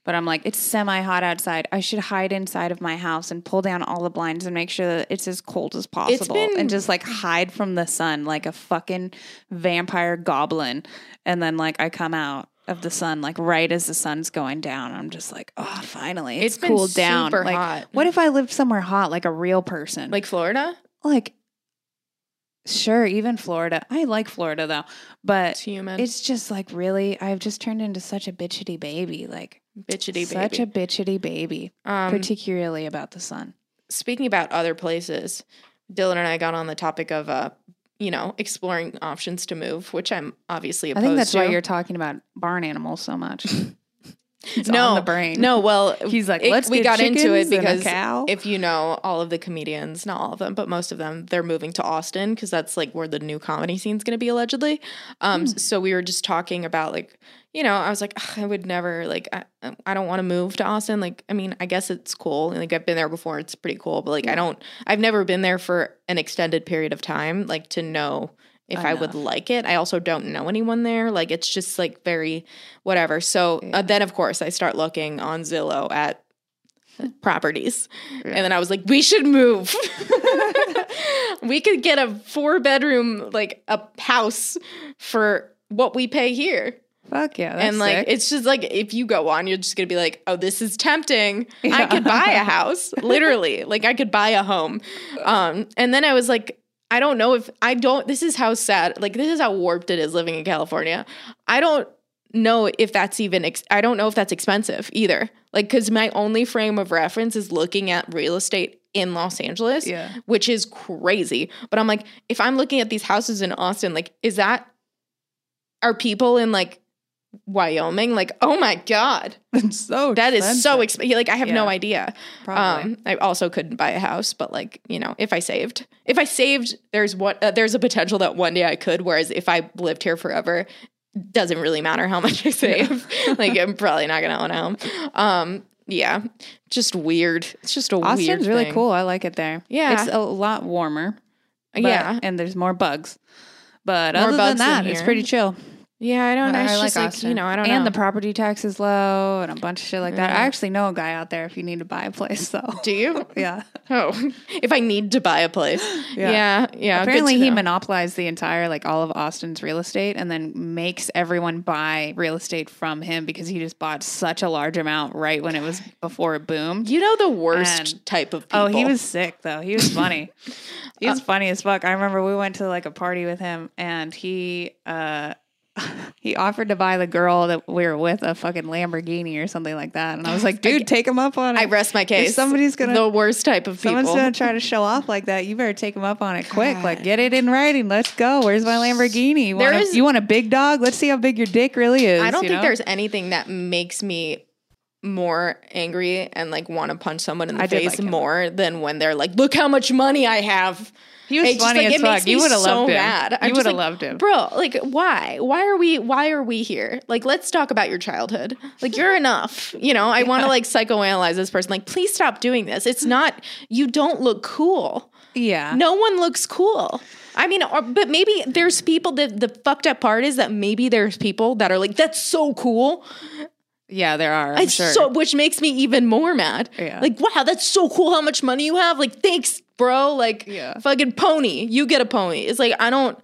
[SPEAKER 5] but I'm like, it's semi hot outside. I should hide inside of my house and pull down all the blinds and make sure that it's as cold as possible
[SPEAKER 1] been-
[SPEAKER 5] and just like hide from the sun like a fucking vampire goblin. And then like I come out of the sun like right as the sun's going down. I'm just like, oh, finally it's,
[SPEAKER 1] It's been
[SPEAKER 5] cooled down.
[SPEAKER 1] super
[SPEAKER 5] like,
[SPEAKER 1] hot.
[SPEAKER 5] what if I lived somewhere hot like a real person?
[SPEAKER 1] Like Florida?
[SPEAKER 5] like sure even florida i like florida though
[SPEAKER 1] It's
[SPEAKER 5] but
[SPEAKER 1] human.
[SPEAKER 5] it's just like really i've just turned into such a bitchity baby like
[SPEAKER 1] bitchity
[SPEAKER 5] such
[SPEAKER 1] baby.
[SPEAKER 5] a bitchity baby
[SPEAKER 1] um,
[SPEAKER 5] particularly about the sun
[SPEAKER 1] speaking about other places, Dylan and I got on the topic of uh, you know, exploring options to move, which I'm obviously
[SPEAKER 5] i
[SPEAKER 1] opposed
[SPEAKER 5] think that's
[SPEAKER 1] to.
[SPEAKER 5] why you're talking about barn animals so much it's
[SPEAKER 1] No,
[SPEAKER 5] on the brain
[SPEAKER 1] no, well,
[SPEAKER 5] he's like
[SPEAKER 1] it-
[SPEAKER 5] let's
[SPEAKER 1] we
[SPEAKER 5] get
[SPEAKER 1] got into it
[SPEAKER 5] chickens and a
[SPEAKER 1] because
[SPEAKER 5] cow
[SPEAKER 1] if you know all of the comedians, not all of them, but most of them, they're moving to Austin because that's like where the new comedy scene's going to be allegedly.
[SPEAKER 5] Hmm.
[SPEAKER 1] Um, So we were just talking about like, you know, I was like, "Ugh, I would never like, I, I don't want to move to Austin. Like, I mean, I guess it's cool. Like, I've been there before; it's pretty cool. But like, I don't, I've never been there for an extended period of time, like to know if I would like it. I also don't know anyone there. Like, it's just like very whatever. So uh, then, of course, I start looking on Zillow at properties. And then I was like, we should move. we could get a four bedroom, like a house for what we pay here.
[SPEAKER 5] fuck yeah that's
[SPEAKER 1] and like,
[SPEAKER 5] sick.
[SPEAKER 1] it's just like, if you go on, you're just going to be like, oh, this is tempting. I could buy a house, literally. like, I could buy a home. Um, and then I was like, I don't know if I don't, this is how sad, like, this is how warped it is living in California. I don't know if that's even ex- I don't know if that's expensive either. Like cuz my only frame of reference is looking at real estate in Los Angeles,
[SPEAKER 5] Yeah.
[SPEAKER 1] which is crazy. But I'm like if I'm looking at these houses in Austin, like is that are people in like Wyoming like oh my god.
[SPEAKER 5] it's so
[SPEAKER 1] That is so
[SPEAKER 5] expensive,
[SPEAKER 1] expensive. Like I have no
[SPEAKER 5] Yeah.
[SPEAKER 1] idea.
[SPEAKER 5] probably.
[SPEAKER 1] Um, I also couldn't buy a house, but like you know, if I saved, if I saved, there's what uh, there's a potential that one day I could. Whereas if I lived here forever, doesn't really matter how much I save. like I'm probably not gonna own a home. Um, yeah, just weird. It's just a weird.
[SPEAKER 5] austin's really
[SPEAKER 1] thing.
[SPEAKER 5] cool i like it there
[SPEAKER 1] Yeah.
[SPEAKER 5] it's a lot warmer but-
[SPEAKER 1] Yeah,
[SPEAKER 5] and there's more bugs but
[SPEAKER 1] More
[SPEAKER 5] other
[SPEAKER 1] bugs
[SPEAKER 5] than that
[SPEAKER 1] than
[SPEAKER 5] it's
[SPEAKER 1] here.
[SPEAKER 5] pretty chill
[SPEAKER 1] yeah. I don't know.
[SPEAKER 5] I,
[SPEAKER 1] It's
[SPEAKER 5] like
[SPEAKER 1] just like, you
[SPEAKER 5] Austin.
[SPEAKER 1] know, I don't
[SPEAKER 5] and
[SPEAKER 1] know.
[SPEAKER 5] the property tax is low and a bunch of shit like that.
[SPEAKER 1] Yeah.
[SPEAKER 5] I actually know a guy out there if you need to buy a place though.
[SPEAKER 1] Do you?
[SPEAKER 5] yeah.
[SPEAKER 1] Oh, if I need to buy a place, yeah,
[SPEAKER 5] Yeah.
[SPEAKER 1] yeah. good
[SPEAKER 5] Apparently
[SPEAKER 1] to
[SPEAKER 5] he
[SPEAKER 1] know.
[SPEAKER 5] monopolized the entire like all of Austin's real estate and then makes everyone buy real estate from him because he just bought such a large amount right when it was before it boomed.
[SPEAKER 1] You know the worst
[SPEAKER 5] And-
[SPEAKER 1] type of people. Uh,
[SPEAKER 5] Oh, he was sick though. He was funny. he was funny as fuck. I remember we went to like a party with him and he uh he offered to buy the girl that we were with a fucking Lamborghini or something like that. And I was like, dude, take him up on it.
[SPEAKER 1] I rest my case.
[SPEAKER 5] somebody's gonna-
[SPEAKER 1] the worst type of people.
[SPEAKER 5] Someone's gonna try to show off like that. You better take him up on it quick. Like, get it in writing. Let's go. Where's my Lamborghini? You,
[SPEAKER 1] There
[SPEAKER 5] want,
[SPEAKER 1] is-
[SPEAKER 5] a, you want a big dog? Let's see how big your dick really is.
[SPEAKER 1] I don't
[SPEAKER 5] you
[SPEAKER 1] think
[SPEAKER 5] know?
[SPEAKER 1] there's anything that makes me more angry and like want to punch someone in the
[SPEAKER 5] I did
[SPEAKER 1] face
[SPEAKER 5] like him.
[SPEAKER 1] more than when they're like, "Look how much money I have."
[SPEAKER 5] He was
[SPEAKER 1] It's just,
[SPEAKER 5] funny
[SPEAKER 1] like,
[SPEAKER 5] as
[SPEAKER 1] it makes
[SPEAKER 5] fuck.
[SPEAKER 1] me
[SPEAKER 5] You would have
[SPEAKER 1] so
[SPEAKER 5] loved him.
[SPEAKER 1] mad. I'm
[SPEAKER 5] You
[SPEAKER 1] just
[SPEAKER 5] would have
[SPEAKER 1] like,
[SPEAKER 5] loved him.
[SPEAKER 1] bro. Like, why? Why are we? Why are we here? Like, let's talk about your childhood. Like, you're enough. You know, I want to like psychoanalyze this person. Like, please stop doing this. It's not. You don't look cool.
[SPEAKER 5] Yeah.
[SPEAKER 1] No one looks cool. I mean, or, but maybe there's people that the fucked up part is that maybe there's people that are like, that's so cool.
[SPEAKER 5] Yeah, there are. I'm
[SPEAKER 1] It's
[SPEAKER 5] sure.
[SPEAKER 1] so, which makes me even more mad.
[SPEAKER 5] Yeah.
[SPEAKER 1] Like, wow, that's so cool how much money you have. Like, thanks, bro. Like,
[SPEAKER 5] Yeah.
[SPEAKER 1] fucking pony. You get a pony. It's like, I don't,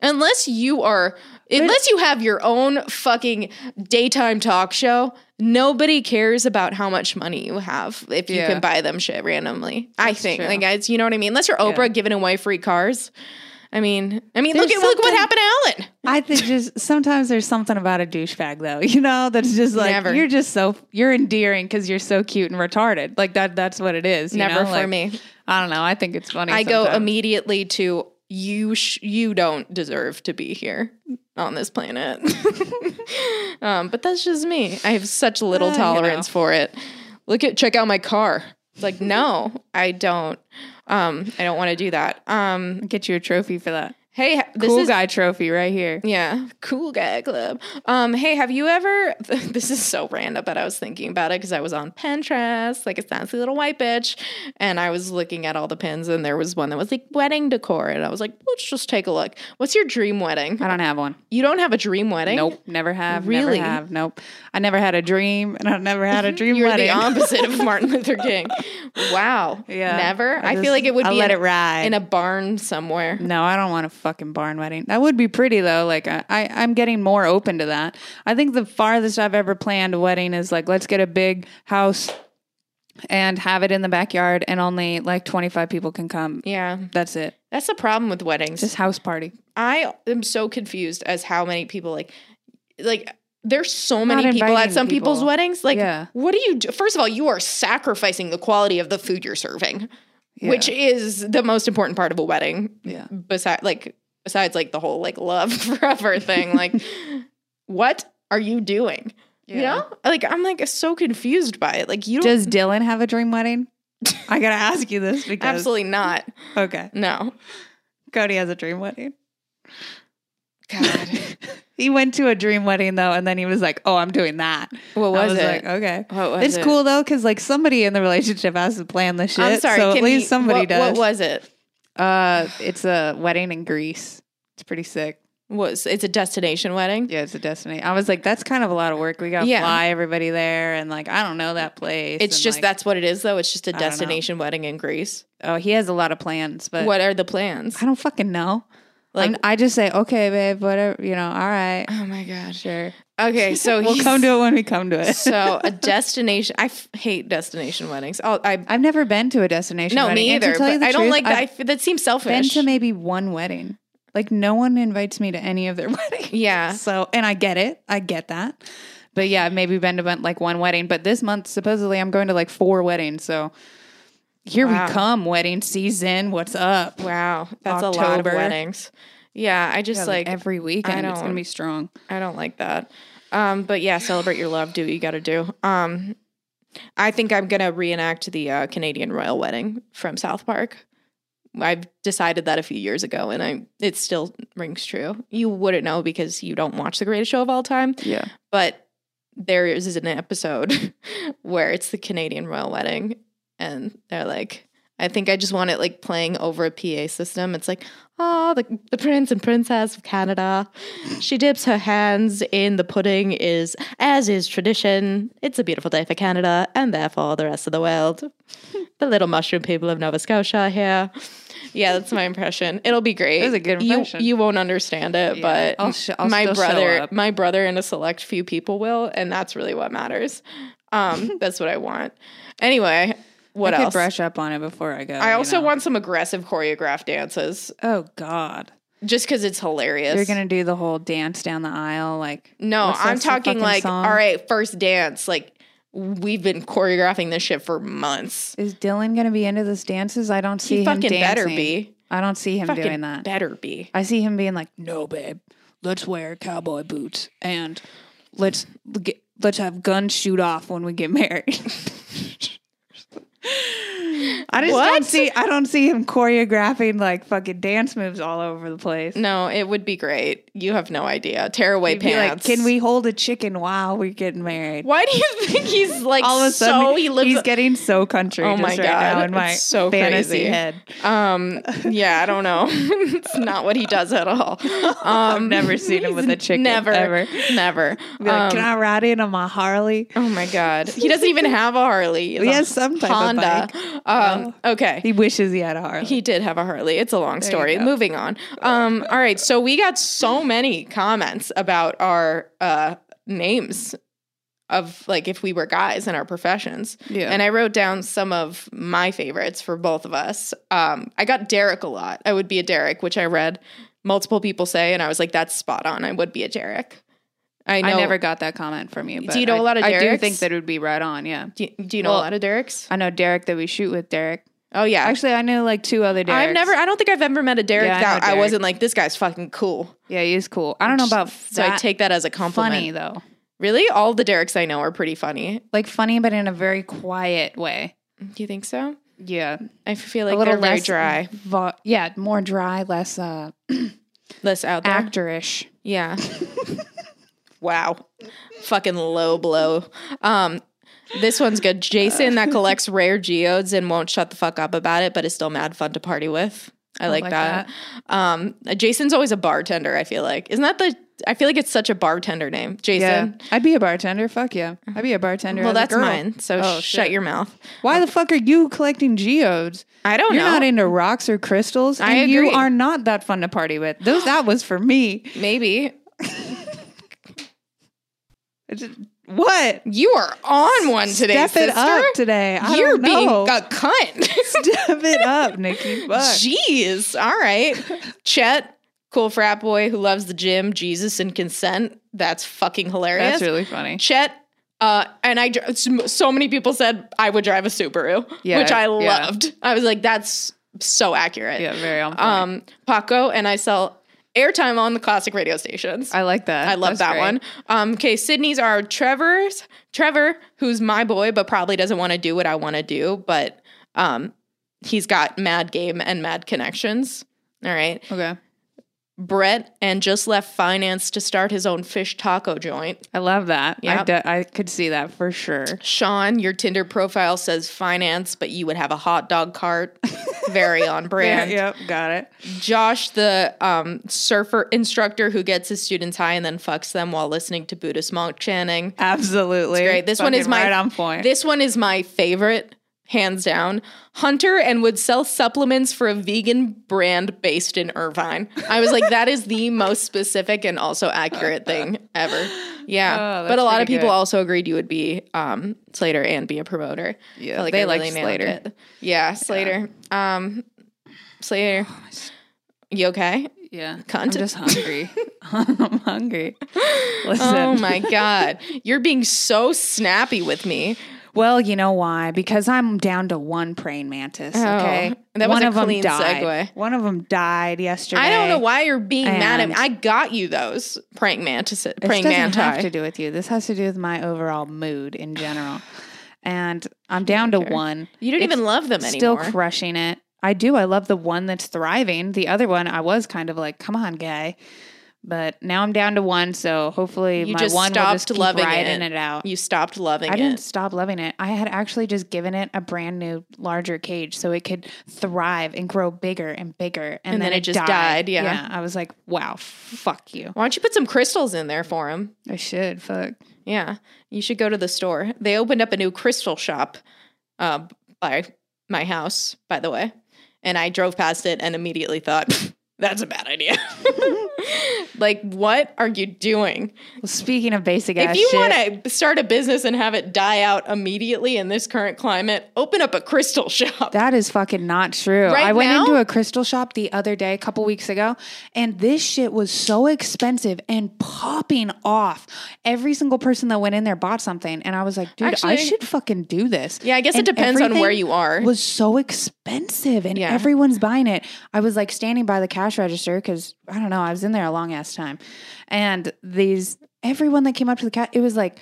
[SPEAKER 1] unless you are Unless you have your own fucking daytime talk show, nobody cares about how much money you have if you
[SPEAKER 5] Yeah.
[SPEAKER 1] can buy them shit randomly. I think,
[SPEAKER 5] true.
[SPEAKER 1] like, guys, you know what I mean. Unless you're Oprah giving away free cars. I mean, I mean, look
[SPEAKER 5] There's
[SPEAKER 1] at look what
[SPEAKER 5] something-
[SPEAKER 1] happened to Ellen.
[SPEAKER 5] I think just sometimes there's something about a douchebag though, you know, that's just like
[SPEAKER 1] Never.
[SPEAKER 5] you're just so you're endearing because you're so cute and retarded. Like that, that's what it is. you
[SPEAKER 1] Never
[SPEAKER 5] know?
[SPEAKER 1] for
[SPEAKER 5] Like,
[SPEAKER 1] me.
[SPEAKER 5] I don't know. I think it's funny.
[SPEAKER 1] I go
[SPEAKER 5] sometimes.
[SPEAKER 1] immediately to you. Sh- you don't deserve to be here on this planet. um, but that's just me. I have such little
[SPEAKER 5] Uh, you
[SPEAKER 1] tolerance
[SPEAKER 5] know.
[SPEAKER 1] for it. Look at check out my car. It's like no, I don't. Um, I don't want to do that. Um,
[SPEAKER 5] get you a trophy for that.
[SPEAKER 1] hey, ha- this
[SPEAKER 5] cool
[SPEAKER 1] is
[SPEAKER 5] guy trophy right here.
[SPEAKER 1] yeah, cool guy club. Um, hey, have you ever? This is so random, but I was thinking about it because I was on Pinterest, like a sassy little white bitch, and I was looking at all the pins, and there was one that was like wedding decor, and I was like, let's just take a look. What's your dream wedding?
[SPEAKER 5] I don't have one.
[SPEAKER 1] You don't have a dream wedding?
[SPEAKER 5] Nope, never have.
[SPEAKER 1] Really?
[SPEAKER 5] Never have. Nope. I never had a dream, and I've never had a dream
[SPEAKER 1] You're
[SPEAKER 5] wedding.
[SPEAKER 1] the opposite of Martin Luther King. Wow.
[SPEAKER 5] Yeah.
[SPEAKER 1] Never. I,
[SPEAKER 5] I just-
[SPEAKER 1] feel like it would
[SPEAKER 5] I
[SPEAKER 1] be
[SPEAKER 5] let
[SPEAKER 1] in,
[SPEAKER 5] it ride.
[SPEAKER 1] in a barn somewhere.
[SPEAKER 5] No, I don't want a fucking barn wedding. That would be pretty though. Like I, I, I'm getting more open to that. I think the farthest I've ever planned a wedding is like let's get a big house and have it in the backyard, and only like 25 people can come.
[SPEAKER 1] Yeah,
[SPEAKER 5] That's it.
[SPEAKER 1] that's the problem with weddings.
[SPEAKER 5] Just house party.
[SPEAKER 1] I am so confused as how many people like like there's so many people at
[SPEAKER 5] inviting
[SPEAKER 1] some people's
[SPEAKER 5] people.
[SPEAKER 1] weddings. Like,
[SPEAKER 5] Yeah.
[SPEAKER 1] what do you do? First of all, you are sacrificing the quality of the food you're serving, which is the most important part of a wedding.
[SPEAKER 5] Yeah.
[SPEAKER 1] Besides, like, besides, like the whole like love forever thing. Like, what are you doing? You
[SPEAKER 5] Yeah.
[SPEAKER 1] know, like I'm like so confused by it. Like you don't
[SPEAKER 5] Does Dylan have a dream wedding? I gotta ask you this because
[SPEAKER 1] absolutely not.
[SPEAKER 5] okay.
[SPEAKER 1] No,
[SPEAKER 5] Cody has a dream wedding.
[SPEAKER 1] God,
[SPEAKER 5] He went to a dream wedding though, and then he was like, "Oh, I'm doing that."
[SPEAKER 1] what
[SPEAKER 5] I
[SPEAKER 1] was,
[SPEAKER 5] was
[SPEAKER 1] it?
[SPEAKER 5] like, "Okay."
[SPEAKER 1] what was
[SPEAKER 5] It's
[SPEAKER 1] it?
[SPEAKER 5] cool though, because like somebody in the relationship has to plan this shit.
[SPEAKER 1] I'm sorry.
[SPEAKER 5] So at
[SPEAKER 1] can
[SPEAKER 5] least
[SPEAKER 1] you-
[SPEAKER 5] somebody
[SPEAKER 1] what- What
[SPEAKER 5] does.
[SPEAKER 1] was it?
[SPEAKER 5] Uh, it's a wedding in Greece. It's pretty sick.
[SPEAKER 1] was it's a destination wedding.
[SPEAKER 5] Yeah, it's a destiny. I was like, that's kind of a lot of work. We got to
[SPEAKER 1] Yeah.
[SPEAKER 5] fly everybody there, and like, I don't know that place.
[SPEAKER 1] It's
[SPEAKER 5] and,
[SPEAKER 1] just
[SPEAKER 5] like,
[SPEAKER 1] that's what it is though. It's just a
[SPEAKER 5] I don't know.
[SPEAKER 1] destination wedding in Greece.
[SPEAKER 5] Oh, he has a lot of plans, but
[SPEAKER 1] what are the plans?
[SPEAKER 5] I don't fucking know.
[SPEAKER 1] Like-
[SPEAKER 5] Like, i just say, okay, babe, whatever. You know, all right,
[SPEAKER 1] Oh my gosh.
[SPEAKER 5] sure.
[SPEAKER 1] Okay, so
[SPEAKER 5] We'll
[SPEAKER 1] he's-
[SPEAKER 5] come to it when we come to it.
[SPEAKER 1] so a destination. I f- hate destination weddings. Oh, I
[SPEAKER 5] I've never been to a destination.
[SPEAKER 1] no
[SPEAKER 5] wedding,
[SPEAKER 1] me
[SPEAKER 5] and to
[SPEAKER 1] either.
[SPEAKER 5] tell you
[SPEAKER 1] but
[SPEAKER 5] the
[SPEAKER 1] I don't
[SPEAKER 5] truth,
[SPEAKER 1] like that. I
[SPEAKER 5] I've
[SPEAKER 1] f that seems
[SPEAKER 5] been
[SPEAKER 1] selfish.
[SPEAKER 5] to maybe one wedding. Like no one invites me to any of their weddings.
[SPEAKER 1] yeah,
[SPEAKER 5] So, and I get it. I get that. But yeah, I've maybe been to about, like one wedding, but this month supposedly I'm going to like four weddings. So here
[SPEAKER 1] Wow.
[SPEAKER 5] we come, wedding season. What's up?
[SPEAKER 1] wow, that's a lot of
[SPEAKER 5] October.
[SPEAKER 1] weddings. Yeah, I just
[SPEAKER 5] Yeah,
[SPEAKER 1] like
[SPEAKER 5] like, every weekend, it's gonna
[SPEAKER 1] don't-
[SPEAKER 5] be strong.
[SPEAKER 1] I don't like that. Um, but yeah, celebrate your love. Do what you got to do. Um, I think I'm gonna reenact the uh, Canadian royal wedding from South Park. I've decided that a few years ago, and I it still rings true. You wouldn't know because you don't watch the greatest show of all time,
[SPEAKER 5] Yeah,
[SPEAKER 1] but there is an episode where it's the Canadian royal wedding, and they're like, I think I just want it like playing over a PA system. It's like, oh, the, the prince and princess of Canada. She dips her hands in the pudding, is as is tradition. It's a beautiful day for Canada and therefore the rest of the world. the little mushroom people of Nova Scotia are here. Yeah, that's my impression. It'll be great.
[SPEAKER 5] That was a good
[SPEAKER 1] You-
[SPEAKER 5] impression.
[SPEAKER 1] You, won't understand it,
[SPEAKER 5] Yeah.
[SPEAKER 1] but
[SPEAKER 5] I'll sh- I'll
[SPEAKER 1] my
[SPEAKER 5] still show
[SPEAKER 1] brother,
[SPEAKER 5] up.
[SPEAKER 1] my brother, and a select few people will, and that's really what matters. Um, that's what I want. Anyway, what
[SPEAKER 5] I could
[SPEAKER 1] else?
[SPEAKER 5] brush up on it before I go.
[SPEAKER 1] I
[SPEAKER 5] you
[SPEAKER 1] also
[SPEAKER 5] know?
[SPEAKER 1] want some aggressive choreographed dances
[SPEAKER 5] Oh God,
[SPEAKER 1] just because it's hilarious.
[SPEAKER 5] you're gonna do the whole dance down the aisle, like
[SPEAKER 1] no,
[SPEAKER 5] what's that
[SPEAKER 1] I'm
[SPEAKER 5] so
[SPEAKER 1] talking
[SPEAKER 5] fucking
[SPEAKER 1] like,
[SPEAKER 5] song?
[SPEAKER 1] all right, first dance. Like, we've been choreographing this shit for months.
[SPEAKER 5] Is Dylan gonna be into this dances? I don't see
[SPEAKER 1] He
[SPEAKER 5] him
[SPEAKER 1] fucking better
[SPEAKER 5] dancing.
[SPEAKER 1] be.
[SPEAKER 5] I don't see him
[SPEAKER 1] Fucking
[SPEAKER 5] doing that.
[SPEAKER 1] better be.
[SPEAKER 5] I see him being like, "No, babe, let's wear cowboy boots and let's get, let's have guns shoot off when we get married." I just
[SPEAKER 1] What?
[SPEAKER 5] don't see. I don't see him choreographing like fucking dance moves all over the place.
[SPEAKER 1] No, it would be great. You have no idea. Tear away
[SPEAKER 5] He'd be like,
[SPEAKER 1] pants.
[SPEAKER 5] can we hold a chicken while we're getting married?
[SPEAKER 1] Why do you think he's like
[SPEAKER 5] All of a sudden,
[SPEAKER 1] so? He lives.
[SPEAKER 5] he's getting so country.
[SPEAKER 1] Oh
[SPEAKER 5] just
[SPEAKER 1] my
[SPEAKER 5] right now
[SPEAKER 1] God,
[SPEAKER 5] in my
[SPEAKER 1] it's so
[SPEAKER 5] fantasy
[SPEAKER 1] crazy.
[SPEAKER 5] head.
[SPEAKER 1] um. Yeah, I don't know. it's not what he does at all. Um,
[SPEAKER 5] I've never seen him with a chicken.
[SPEAKER 1] Never,
[SPEAKER 5] ever.
[SPEAKER 1] never.
[SPEAKER 5] Be like,
[SPEAKER 1] Um,
[SPEAKER 5] can I ride in on my Harley?
[SPEAKER 1] Oh my god, he doesn't even have a Harley. He
[SPEAKER 5] He
[SPEAKER 1] a
[SPEAKER 5] has some type of
[SPEAKER 1] Honda.
[SPEAKER 5] bike.
[SPEAKER 1] Um, okay.
[SPEAKER 5] He wishes he had a Harley.
[SPEAKER 1] He did have a Harley. It's a long
[SPEAKER 5] you
[SPEAKER 1] story.
[SPEAKER 5] go.
[SPEAKER 1] Moving on. Um, all right. So we got so many comments about our uh, names of like if we were guys in our professions.
[SPEAKER 5] Yeah.
[SPEAKER 1] And I wrote down some of my favorites for both of us. Um, I got Derek a lot. I would be a Derek, which I read multiple people say, and I was like, that's spot on. I would be a Derek. I know.
[SPEAKER 5] I never got that comment from you. But
[SPEAKER 1] you know
[SPEAKER 5] I-
[SPEAKER 1] a lot of
[SPEAKER 5] I do
[SPEAKER 1] Derek's?
[SPEAKER 5] think that it would be right on. Yeah.
[SPEAKER 1] Do, do you know a
[SPEAKER 5] Well-
[SPEAKER 1] lot of Derek's?
[SPEAKER 5] I know Derek that we shoot with Derek.
[SPEAKER 1] Oh yeah.
[SPEAKER 5] Actually, I knew like two other Dereks.
[SPEAKER 1] I've never. I don't think I've ever met a Derek
[SPEAKER 5] Yeah, I know
[SPEAKER 1] that I
[SPEAKER 5] Derek.
[SPEAKER 1] wasn't like this guy's fucking cool.
[SPEAKER 5] Yeah, he is cool. I don't know about f-
[SPEAKER 1] So I
[SPEAKER 5] that
[SPEAKER 1] take that as a compliment.
[SPEAKER 5] funny though.
[SPEAKER 1] Really? All the Derek's I know are pretty funny.
[SPEAKER 5] Like funny, but in a very quiet way.
[SPEAKER 1] Do you think so?
[SPEAKER 5] Yeah,
[SPEAKER 1] I feel like
[SPEAKER 5] a little
[SPEAKER 1] they're very
[SPEAKER 5] less
[SPEAKER 1] dry.
[SPEAKER 5] vo- yeah, more dry, less uh,
[SPEAKER 1] Less out there.
[SPEAKER 5] actorish.
[SPEAKER 1] Yeah. wow. Fucking low blow. Um, this one's good. Jason that collects rare geodes and won't shut the fuck up about it, but is still mad fun to party with. I like,
[SPEAKER 5] like
[SPEAKER 1] that. Um, Jason's always a bartender. I feel like isn't that the? I feel like it's such a bartender name, Jason.
[SPEAKER 5] Yeah, I'd be a bartender. Fuck yeah, I'd be a bartender.
[SPEAKER 1] Well,
[SPEAKER 5] as a
[SPEAKER 1] that's
[SPEAKER 5] girl.
[SPEAKER 1] mine. So
[SPEAKER 5] Oh,
[SPEAKER 1] shut
[SPEAKER 5] shit.
[SPEAKER 1] your mouth.
[SPEAKER 5] Why the fuck are you collecting geodes?
[SPEAKER 1] I don't
[SPEAKER 5] You're
[SPEAKER 1] know.
[SPEAKER 5] not into rocks or crystals, and
[SPEAKER 1] Oh, I
[SPEAKER 5] you
[SPEAKER 1] agree.
[SPEAKER 5] are not that fun to party with. Those that was for me.
[SPEAKER 1] Maybe
[SPEAKER 5] I just- what?
[SPEAKER 1] you are on one today,
[SPEAKER 5] Step
[SPEAKER 1] sister.
[SPEAKER 5] it up today. I
[SPEAKER 1] You're
[SPEAKER 5] don't
[SPEAKER 1] being
[SPEAKER 5] know.
[SPEAKER 1] a cunt.
[SPEAKER 5] Step it up, Nikki. Fuck.
[SPEAKER 1] Jeez. All right. Chet, cool frat boy who loves the gym, Jesus and consent. That's fucking hilarious.
[SPEAKER 5] That's really funny.
[SPEAKER 1] Chet, uh, and I dr- s- so many people said I would drive a Subaru,
[SPEAKER 5] Yeah,
[SPEAKER 1] which I
[SPEAKER 5] yeah.
[SPEAKER 1] loved. I was like, that's so accurate.
[SPEAKER 5] Yeah, very on point.
[SPEAKER 1] Um, Paco and I sell airtime on the classic radio stations.
[SPEAKER 5] I like that.
[SPEAKER 1] I love
[SPEAKER 5] That's
[SPEAKER 1] that
[SPEAKER 5] great.
[SPEAKER 1] one. Um, okay, Sydney's are Trevor's Trevor, who's my boy, but probably doesn't want to do what I want to do, but um, he's got mad game and mad connections. All right,
[SPEAKER 5] Okay.
[SPEAKER 1] Brett and just left finance to start his own fish taco joint.
[SPEAKER 5] I love that.
[SPEAKER 1] Yeah.
[SPEAKER 5] I, de- I could see that for sure.
[SPEAKER 1] Sean, your Tinder profile says finance, but you would have a hot dog cart. Very on brand.
[SPEAKER 5] yep, got it.
[SPEAKER 1] Josh, the um, surfer instructor who gets his students high and then fucks them while listening to Buddhist monk chanting.
[SPEAKER 5] Absolutely.
[SPEAKER 1] great. This one is
[SPEAKER 5] Fucking
[SPEAKER 1] my
[SPEAKER 5] right on point.
[SPEAKER 1] This one is my favorite, hands down. Hunter and would sell supplements for a vegan brand based in Irvine. I was like, that is the most specific and also accurate thing ever. Yeah,
[SPEAKER 5] Oh,
[SPEAKER 1] but
[SPEAKER 5] that's
[SPEAKER 1] a lot of
[SPEAKER 5] pretty
[SPEAKER 1] people
[SPEAKER 5] good.
[SPEAKER 1] also agreed you would be um, Slater and be a promoter.
[SPEAKER 5] Yeah,
[SPEAKER 1] Felt
[SPEAKER 5] they
[SPEAKER 1] I
[SPEAKER 5] liked
[SPEAKER 1] nailed
[SPEAKER 5] Slater.
[SPEAKER 1] it. Yeah, Slater. Um, Slater.
[SPEAKER 5] Oh,
[SPEAKER 1] You okay?
[SPEAKER 5] yeah.
[SPEAKER 1] Cunt.
[SPEAKER 5] I'm just hungry. I'm hungry. Listen.
[SPEAKER 1] Oh my god, you're being so snappy with me.
[SPEAKER 5] Well, you know why? Because I'm down to one praying mantis. Okay.
[SPEAKER 1] Oh, that was
[SPEAKER 5] one
[SPEAKER 1] a
[SPEAKER 5] of 'em
[SPEAKER 1] clean
[SPEAKER 5] died.
[SPEAKER 1] segue.
[SPEAKER 5] One of them died yesterday.
[SPEAKER 1] I don't know why you're being mad at me.
[SPEAKER 5] And-
[SPEAKER 1] I got you those praying mantis,
[SPEAKER 5] This
[SPEAKER 1] praying
[SPEAKER 5] doesn't
[SPEAKER 1] manti.
[SPEAKER 5] have to do with you. This has to do with my overall mood in general. And I'm down to one.
[SPEAKER 1] you don't
[SPEAKER 5] It's
[SPEAKER 1] even love them
[SPEAKER 5] still
[SPEAKER 1] anymore.
[SPEAKER 5] crushing it. I do. I love the one that's thriving. The other one, I was kind of like, come on, guy. But now I'm down to one. So hopefully
[SPEAKER 1] You
[SPEAKER 5] my
[SPEAKER 1] just
[SPEAKER 5] one will
[SPEAKER 1] stopped
[SPEAKER 5] just keep
[SPEAKER 1] loving
[SPEAKER 5] riding
[SPEAKER 1] it.
[SPEAKER 5] it, out.
[SPEAKER 1] you stopped loving
[SPEAKER 5] I didn't
[SPEAKER 1] it.
[SPEAKER 5] stop loving it. I had actually just given it a brand new, larger cage so it could thrive and grow bigger and bigger. And,
[SPEAKER 1] And then it just died, yeah.
[SPEAKER 5] I was like, wow, fuck you.
[SPEAKER 1] Why don't you put some crystals in there for him?
[SPEAKER 5] I should. Fuck.
[SPEAKER 1] Yeah, you should go to the store. They opened up a new crystal shop uh, by my house, by the way. And I drove past it and immediately thought, that's a bad idea. like, what are you doing?
[SPEAKER 5] Well, speaking of basic ass
[SPEAKER 1] If you
[SPEAKER 5] shit,
[SPEAKER 1] want to start a business and have it die out immediately in this current climate, open up a crystal shop.
[SPEAKER 5] That is fucking not true.
[SPEAKER 1] Right
[SPEAKER 5] I went
[SPEAKER 1] now?
[SPEAKER 5] into a crystal shop the other day, a couple weeks ago, and this shit was so expensive and popping off. Every single person that went in there bought something, and I was like, dude, I
[SPEAKER 1] Actually-
[SPEAKER 5] should fucking do this.
[SPEAKER 1] Yeah, I guess it
[SPEAKER 5] And
[SPEAKER 1] depends on where
[SPEAKER 5] everything
[SPEAKER 1] you are.
[SPEAKER 5] Was so expensive, and
[SPEAKER 1] Yeah.
[SPEAKER 5] everyone's buying it. I was like standing by the cash register because I don't know, I was in there a long ass time, and these everyone that came up to the cat, it was like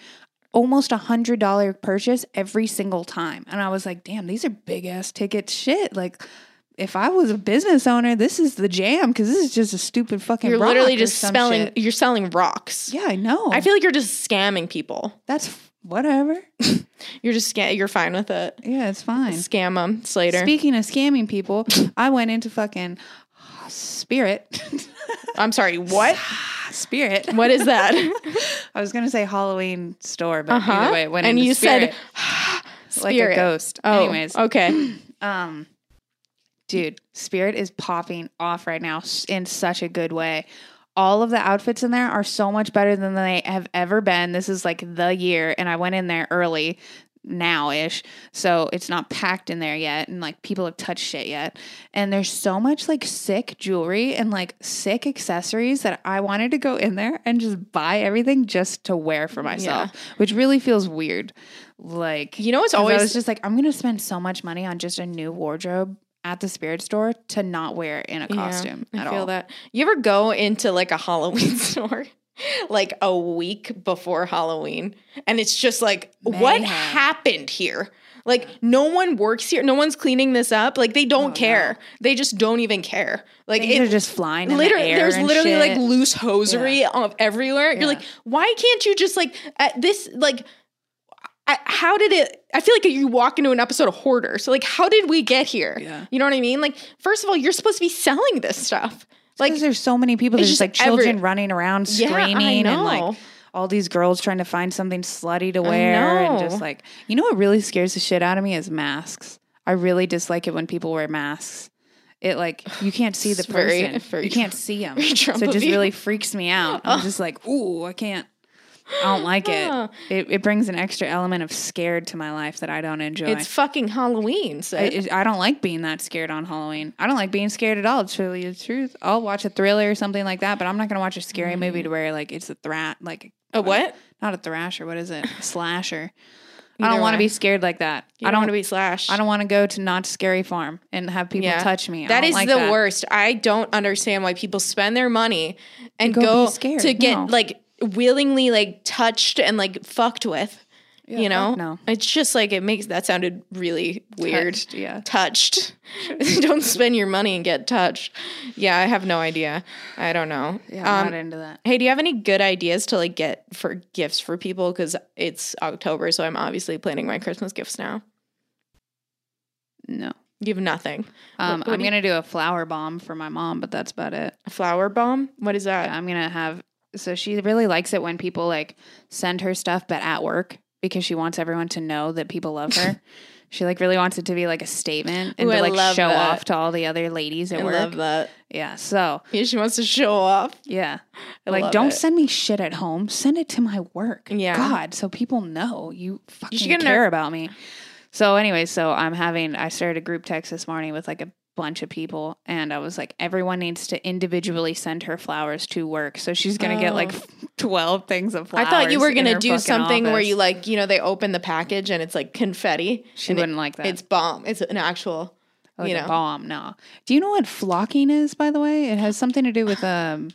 [SPEAKER 5] almost a hundred dollar purchase every single time. And I was like, damn, these are big ass ticket shit. Like if I was a business owner, this is the jam because this is just a stupid fucking.
[SPEAKER 1] You're
[SPEAKER 5] rock
[SPEAKER 1] literally
[SPEAKER 5] or
[SPEAKER 1] just
[SPEAKER 5] some
[SPEAKER 1] spelling,
[SPEAKER 5] shit.
[SPEAKER 1] you're selling rocks.
[SPEAKER 5] Yeah, I know.
[SPEAKER 1] I feel like you're just scamming people.
[SPEAKER 5] that's f- whatever.
[SPEAKER 1] You're just sca- you're fine with it.
[SPEAKER 5] Yeah, it's fine.
[SPEAKER 1] Scam them, Slater.
[SPEAKER 5] Speaking of scamming people, I went into fucking Spirit.
[SPEAKER 1] I'm sorry. What?
[SPEAKER 5] Spirit.
[SPEAKER 1] What is that?
[SPEAKER 5] I was gonna say Halloween store, but
[SPEAKER 1] Uh-huh.
[SPEAKER 5] either way, it went
[SPEAKER 1] And
[SPEAKER 5] into
[SPEAKER 1] you said
[SPEAKER 5] Spirit, like a
[SPEAKER 1] Spirit.
[SPEAKER 5] ghost.
[SPEAKER 1] Oh,
[SPEAKER 5] Anyways,
[SPEAKER 1] okay.
[SPEAKER 5] Um, dude, Spirit is popping off right now s- in such a good way. All of the outfits in there are so much better than they have ever been. This is like the year, and I went in there early now ish. So it's not packed in there yet, and like people have touched shit yet. And there's so much like sick jewelry and like sick accessories that I wanted to go in there and just buy everything just to wear for myself, which really feels weird. Like,
[SPEAKER 1] You know, it's
[SPEAKER 5] 'Cause
[SPEAKER 1] always
[SPEAKER 5] I was just like, I'm gonna spend so much money on just a new wardrobe at the spirit store to not wear in a
[SPEAKER 1] Yeah,
[SPEAKER 5] costume
[SPEAKER 1] I
[SPEAKER 5] at
[SPEAKER 1] feel
[SPEAKER 5] all.
[SPEAKER 1] that. You ever go into like a Halloween store like a week before Halloween and it's just like what
[SPEAKER 5] Mayhem.
[SPEAKER 1] happened here? Like no one works here. No one's cleaning this up. Like they don't
[SPEAKER 5] Oh, no.
[SPEAKER 1] care. They just don't even care. Like
[SPEAKER 5] Things
[SPEAKER 1] it
[SPEAKER 5] are just flying in the
[SPEAKER 1] literally
[SPEAKER 5] air
[SPEAKER 1] there's
[SPEAKER 5] and
[SPEAKER 1] literally like
[SPEAKER 5] shit.
[SPEAKER 1] loose hosiery of everywhere.
[SPEAKER 5] Yeah.
[SPEAKER 1] You're like, why can't you just like at this like I, how did it? I feel like you walk into an episode of Hoarder. So like, how did we get here?
[SPEAKER 5] Yeah.
[SPEAKER 1] You know what I mean? Like, first of all, you're supposed to be selling this stuff. Like,
[SPEAKER 5] like there's so many people.
[SPEAKER 1] it's
[SPEAKER 5] There's just
[SPEAKER 1] just
[SPEAKER 5] like children
[SPEAKER 1] every-
[SPEAKER 5] running around
[SPEAKER 1] Yeah, I
[SPEAKER 5] screaming and
[SPEAKER 1] know.
[SPEAKER 5] like all these girls trying to find something slutty to wear and
[SPEAKER 1] know.
[SPEAKER 5] just like you know what really scares the shit out of me is masks. I really dislike it when people wear masks. It like you can't see the
[SPEAKER 1] It's very-
[SPEAKER 5] person.
[SPEAKER 1] very
[SPEAKER 5] you can't see them.
[SPEAKER 1] very
[SPEAKER 5] So
[SPEAKER 1] Trump
[SPEAKER 5] it
[SPEAKER 1] of
[SPEAKER 5] just
[SPEAKER 1] you.
[SPEAKER 5] really freaks me out. I'm just like, ooh, I can't. I don't like
[SPEAKER 1] Huh.
[SPEAKER 5] it. it. It brings an extra element of scared to my life that I don't enjoy.
[SPEAKER 1] it's fucking Halloween. So
[SPEAKER 5] I, it- I don't like being that scared on Halloween. I don't like being scared at all. To tell you the truth, I'll watch a thriller or something like that, but I'm not gonna watch a scary
[SPEAKER 1] Mm.
[SPEAKER 5] movie to where like it's a thrat, like
[SPEAKER 1] a what?
[SPEAKER 5] not a thrasher. What is it? A slasher. I
[SPEAKER 1] Either
[SPEAKER 5] don't want to
[SPEAKER 1] way.
[SPEAKER 5] be scared like that.
[SPEAKER 1] You
[SPEAKER 5] I don't
[SPEAKER 1] want to be slashed.
[SPEAKER 5] I don't want to go to not scary farm and have people touch me. I
[SPEAKER 1] That
[SPEAKER 5] don't
[SPEAKER 1] is
[SPEAKER 5] like
[SPEAKER 1] the
[SPEAKER 5] that.
[SPEAKER 1] worst. I don't understand why people spend their money and
[SPEAKER 5] go be
[SPEAKER 1] go,
[SPEAKER 5] scared.
[SPEAKER 1] to get
[SPEAKER 5] No.
[SPEAKER 1] like willingly like touched and like fucked with. you know,
[SPEAKER 5] fuck no.
[SPEAKER 1] it's just like it makes that sounded really weird.
[SPEAKER 5] Touched, yeah.
[SPEAKER 1] touched. don't spend your money and get touched. Yeah, I have no idea. I don't know.
[SPEAKER 5] Yeah, I'm
[SPEAKER 1] Um,
[SPEAKER 5] not into that.
[SPEAKER 1] Hey, do you have any good ideas to like get for gifts for people? Because it's October, so I'm obviously planning my Christmas gifts now.
[SPEAKER 5] No.
[SPEAKER 1] You have nothing.
[SPEAKER 5] Um,
[SPEAKER 1] What- what
[SPEAKER 5] I'm
[SPEAKER 1] do you-
[SPEAKER 5] gonna do a flower bomb for my mom, but that's about it.
[SPEAKER 1] A flower bomb? What is that?
[SPEAKER 5] I'm gonna have. So she really likes it when people like send her stuff, but at work because she wants everyone to know that people love her. she like really wants it to be like a statement and
[SPEAKER 1] Ooh,
[SPEAKER 5] to
[SPEAKER 1] I
[SPEAKER 5] like
[SPEAKER 1] love
[SPEAKER 5] show
[SPEAKER 1] that.
[SPEAKER 5] off to all the other ladies at
[SPEAKER 1] I
[SPEAKER 5] work.
[SPEAKER 1] love that.
[SPEAKER 5] Yeah. So
[SPEAKER 1] Yeah, she wants to show off.
[SPEAKER 5] yeah,
[SPEAKER 1] I
[SPEAKER 5] like
[SPEAKER 1] love
[SPEAKER 5] don't
[SPEAKER 1] it.
[SPEAKER 5] send me shit at home. Send it to my work.
[SPEAKER 1] Yeah.
[SPEAKER 5] God, so people know you fucking
[SPEAKER 1] get an
[SPEAKER 5] care
[SPEAKER 1] air-
[SPEAKER 5] about me. So anyway, so I'm having. I started a group text this morning with like a bunch of people and i was like everyone needs to individually send her flowers to work so she's gonna get
[SPEAKER 1] Oh.
[SPEAKER 5] like 12 things of flowers
[SPEAKER 1] I thought you were
[SPEAKER 5] in
[SPEAKER 1] gonna
[SPEAKER 5] her
[SPEAKER 1] do
[SPEAKER 5] fucking
[SPEAKER 1] something where
[SPEAKER 5] office.
[SPEAKER 1] you like, you know, they open the package and it's like confetti.
[SPEAKER 5] she
[SPEAKER 1] and it-
[SPEAKER 5] wouldn't like that
[SPEAKER 1] It's bomb. It's an actual.
[SPEAKER 5] like
[SPEAKER 1] you
[SPEAKER 5] a
[SPEAKER 1] know.
[SPEAKER 5] bomb no do you know what flocking is by the way it has something to do with um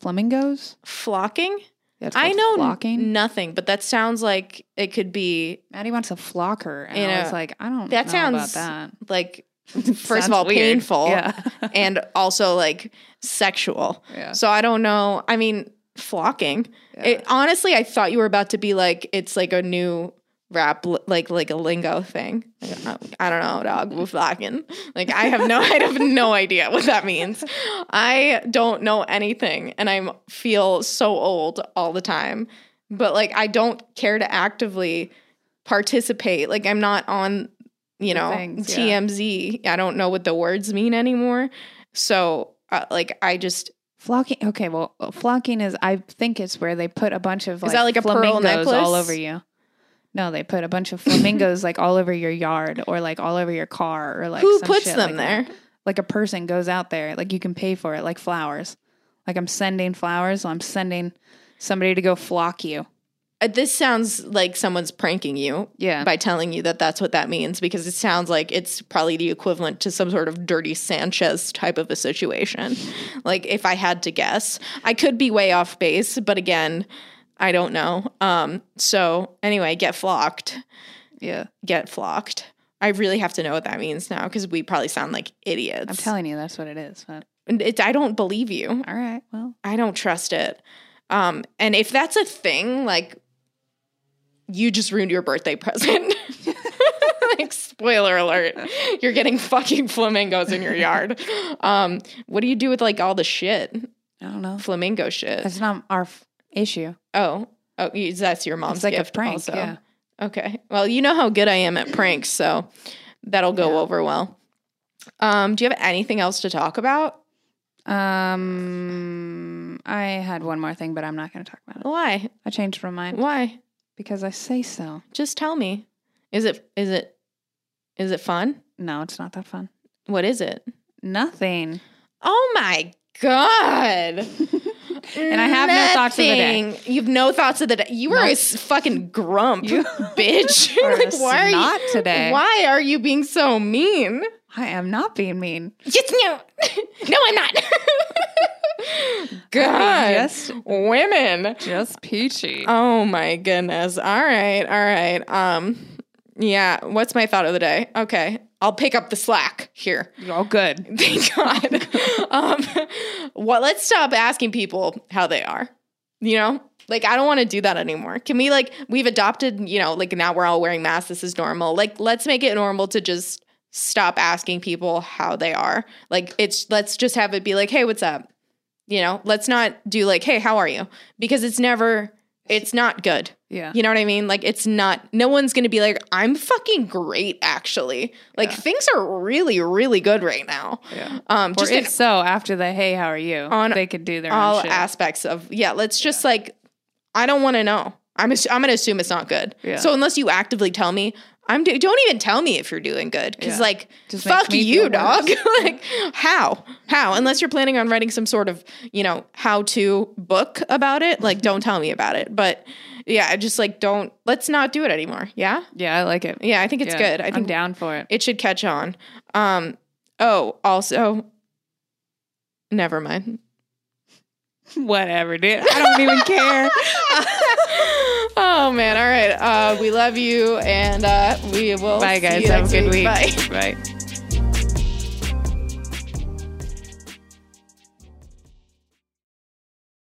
[SPEAKER 5] flamingos
[SPEAKER 1] Flocking?
[SPEAKER 5] That's
[SPEAKER 1] I
[SPEAKER 5] called
[SPEAKER 1] know n-
[SPEAKER 5] flocking
[SPEAKER 1] nothing, but that sounds like it could be
[SPEAKER 5] maddie wants to flock her and
[SPEAKER 1] You
[SPEAKER 5] i
[SPEAKER 1] know,
[SPEAKER 5] was like i don't
[SPEAKER 1] that
[SPEAKER 5] know
[SPEAKER 1] sounds-
[SPEAKER 5] about
[SPEAKER 1] like
[SPEAKER 5] that
[SPEAKER 1] first of
[SPEAKER 5] Sounds
[SPEAKER 1] all,
[SPEAKER 5] weird.
[SPEAKER 1] painful.
[SPEAKER 5] yeah
[SPEAKER 1] and also like sexual.
[SPEAKER 5] yeah
[SPEAKER 1] So I don't know. I mean, flocking. It, honestly, I thought you were about to be like it's like a new rap li- like like a lingo thing. Like, I, I don't know, dog. We're flocking. Like I have no I have no idea what that means. I don't know anything and I feel so old all the time. But like I don't care to actively participate. Like I'm not on, you
[SPEAKER 5] The
[SPEAKER 1] know,
[SPEAKER 5] things, yeah.
[SPEAKER 1] TMZ. I don't know what the words mean anymore. So uh, like I just
[SPEAKER 5] Flocking. Okay, well, uh, flocking is I think it's where they put a bunch of like,
[SPEAKER 1] Is that like a pearl
[SPEAKER 5] flamingos all
[SPEAKER 1] necklace?
[SPEAKER 5] over you. No, they put a bunch of flamingos like all over your yard or like all over your car or like
[SPEAKER 1] who
[SPEAKER 5] some
[SPEAKER 1] puts
[SPEAKER 5] shit
[SPEAKER 1] them
[SPEAKER 5] like that.
[SPEAKER 1] there?
[SPEAKER 5] Like a person goes out there, like you can pay for it, like flowers. Like I'm sending flowers, so I'm sending somebody to go flock you.
[SPEAKER 1] Uh, this sounds like someone's pranking you
[SPEAKER 5] Yeah.
[SPEAKER 1] by telling you that that's what that means because it sounds like it's probably the equivalent to some sort of dirty Sanchez type of a situation. like if I had to guess, I could be way off base, but again, I don't know. Um so anyway, get flocked.
[SPEAKER 5] Yeah.
[SPEAKER 1] Get flocked. I really have to know what that means now because we probably sound like idiots.
[SPEAKER 5] I'm telling you that's what it is. But
[SPEAKER 1] And it's, I don't believe you.
[SPEAKER 5] all right, well.
[SPEAKER 1] I don't trust it. Um, and if that's a thing, like you just ruined your birthday present. like spoiler alert, you're getting fucking flamingos in your yard. Um, what do you do with like all the shit,
[SPEAKER 5] I don't know.
[SPEAKER 1] flamingo shit?
[SPEAKER 5] That's not our f- issue.
[SPEAKER 1] Oh, oh, you- that's your mom's
[SPEAKER 5] It's like a
[SPEAKER 1] gift
[SPEAKER 5] prank.
[SPEAKER 1] also.
[SPEAKER 5] Yeah.
[SPEAKER 1] Okay. Well, you know how good I am at pranks, so that'll go over well. Um, do you have anything else to talk about?
[SPEAKER 5] Um, I had one more thing, but I'm not going to talk about it.
[SPEAKER 1] Why?
[SPEAKER 5] I changed my mind
[SPEAKER 1] Why?
[SPEAKER 5] because I say so.
[SPEAKER 1] Just tell me. Is it is it is it fun?
[SPEAKER 5] No, it's not that fun.
[SPEAKER 1] What is it?
[SPEAKER 5] Nothing.
[SPEAKER 1] Oh my god.
[SPEAKER 5] And I have no thoughts of the day.
[SPEAKER 1] Nothing. You've no thoughts of the day. You were a s- fucking grump,
[SPEAKER 5] You
[SPEAKER 1] bitch.
[SPEAKER 5] are a
[SPEAKER 1] like why are
[SPEAKER 5] snot
[SPEAKER 1] you
[SPEAKER 5] today.
[SPEAKER 1] Why are you being so mean?
[SPEAKER 5] I am not being mean.
[SPEAKER 1] Yes, no. no, I'm not. God.
[SPEAKER 5] just-
[SPEAKER 1] women.
[SPEAKER 5] Just peachy.
[SPEAKER 1] Oh my goodness. All right. All right. Um yeah, what's my thought of the day? Okay. I'll pick up the slack here.
[SPEAKER 5] all good.
[SPEAKER 1] Thank God. um, well, let's stop asking people how they are. You know, like I don't want to do that anymore. Can we like we've adopted? You know, like now we're all wearing masks. This is normal. Like let's make it normal to just stop asking people how they are. Like it's let's just have it be like, hey, what's up? You know, let's not do like, hey, how are you? Because it's never. It's not good.
[SPEAKER 5] Yeah.
[SPEAKER 1] You know what I mean? Like it's not no one's going to be like I'm fucking great actually. Like things are really really good right now.
[SPEAKER 5] Yeah.
[SPEAKER 1] Um
[SPEAKER 5] Or
[SPEAKER 1] just in
[SPEAKER 5] if so, after the hey, how are you?
[SPEAKER 1] On
[SPEAKER 5] they could do their
[SPEAKER 1] all
[SPEAKER 5] own shit.
[SPEAKER 1] aspects of yeah, let's just like I don't want to know. I'm ass- I'm going to assume it's not good.
[SPEAKER 5] Yeah.
[SPEAKER 1] So unless you actively tell me I'm do- don't even tell me if you're doing good cuz
[SPEAKER 5] Yeah.
[SPEAKER 1] like
[SPEAKER 5] Just makes
[SPEAKER 1] fuck
[SPEAKER 5] me
[SPEAKER 1] you
[SPEAKER 5] feel
[SPEAKER 1] dog.
[SPEAKER 5] worse.
[SPEAKER 1] like how? How? Unless you're planning on writing some sort of, you know, how to book about it,
[SPEAKER 5] Mm-hmm.
[SPEAKER 1] like don't tell me about it. But yeah, I just like don't let's not do it anymore. Yeah?
[SPEAKER 5] yeah, I like it.
[SPEAKER 1] Yeah, I think it's
[SPEAKER 5] Yeah,
[SPEAKER 1] good. I
[SPEAKER 5] I'm
[SPEAKER 1] think
[SPEAKER 5] down for it.
[SPEAKER 1] it should catch on. Um, oh, also, never mind.
[SPEAKER 5] Whatever, dude. I don't even care.
[SPEAKER 1] Oh man! All right, uh, we love you, and uh, we will.
[SPEAKER 5] Bye,
[SPEAKER 1] see
[SPEAKER 5] guys.
[SPEAKER 1] you
[SPEAKER 5] Have a
[SPEAKER 1] next
[SPEAKER 5] good week.
[SPEAKER 1] Bye.
[SPEAKER 5] Bye.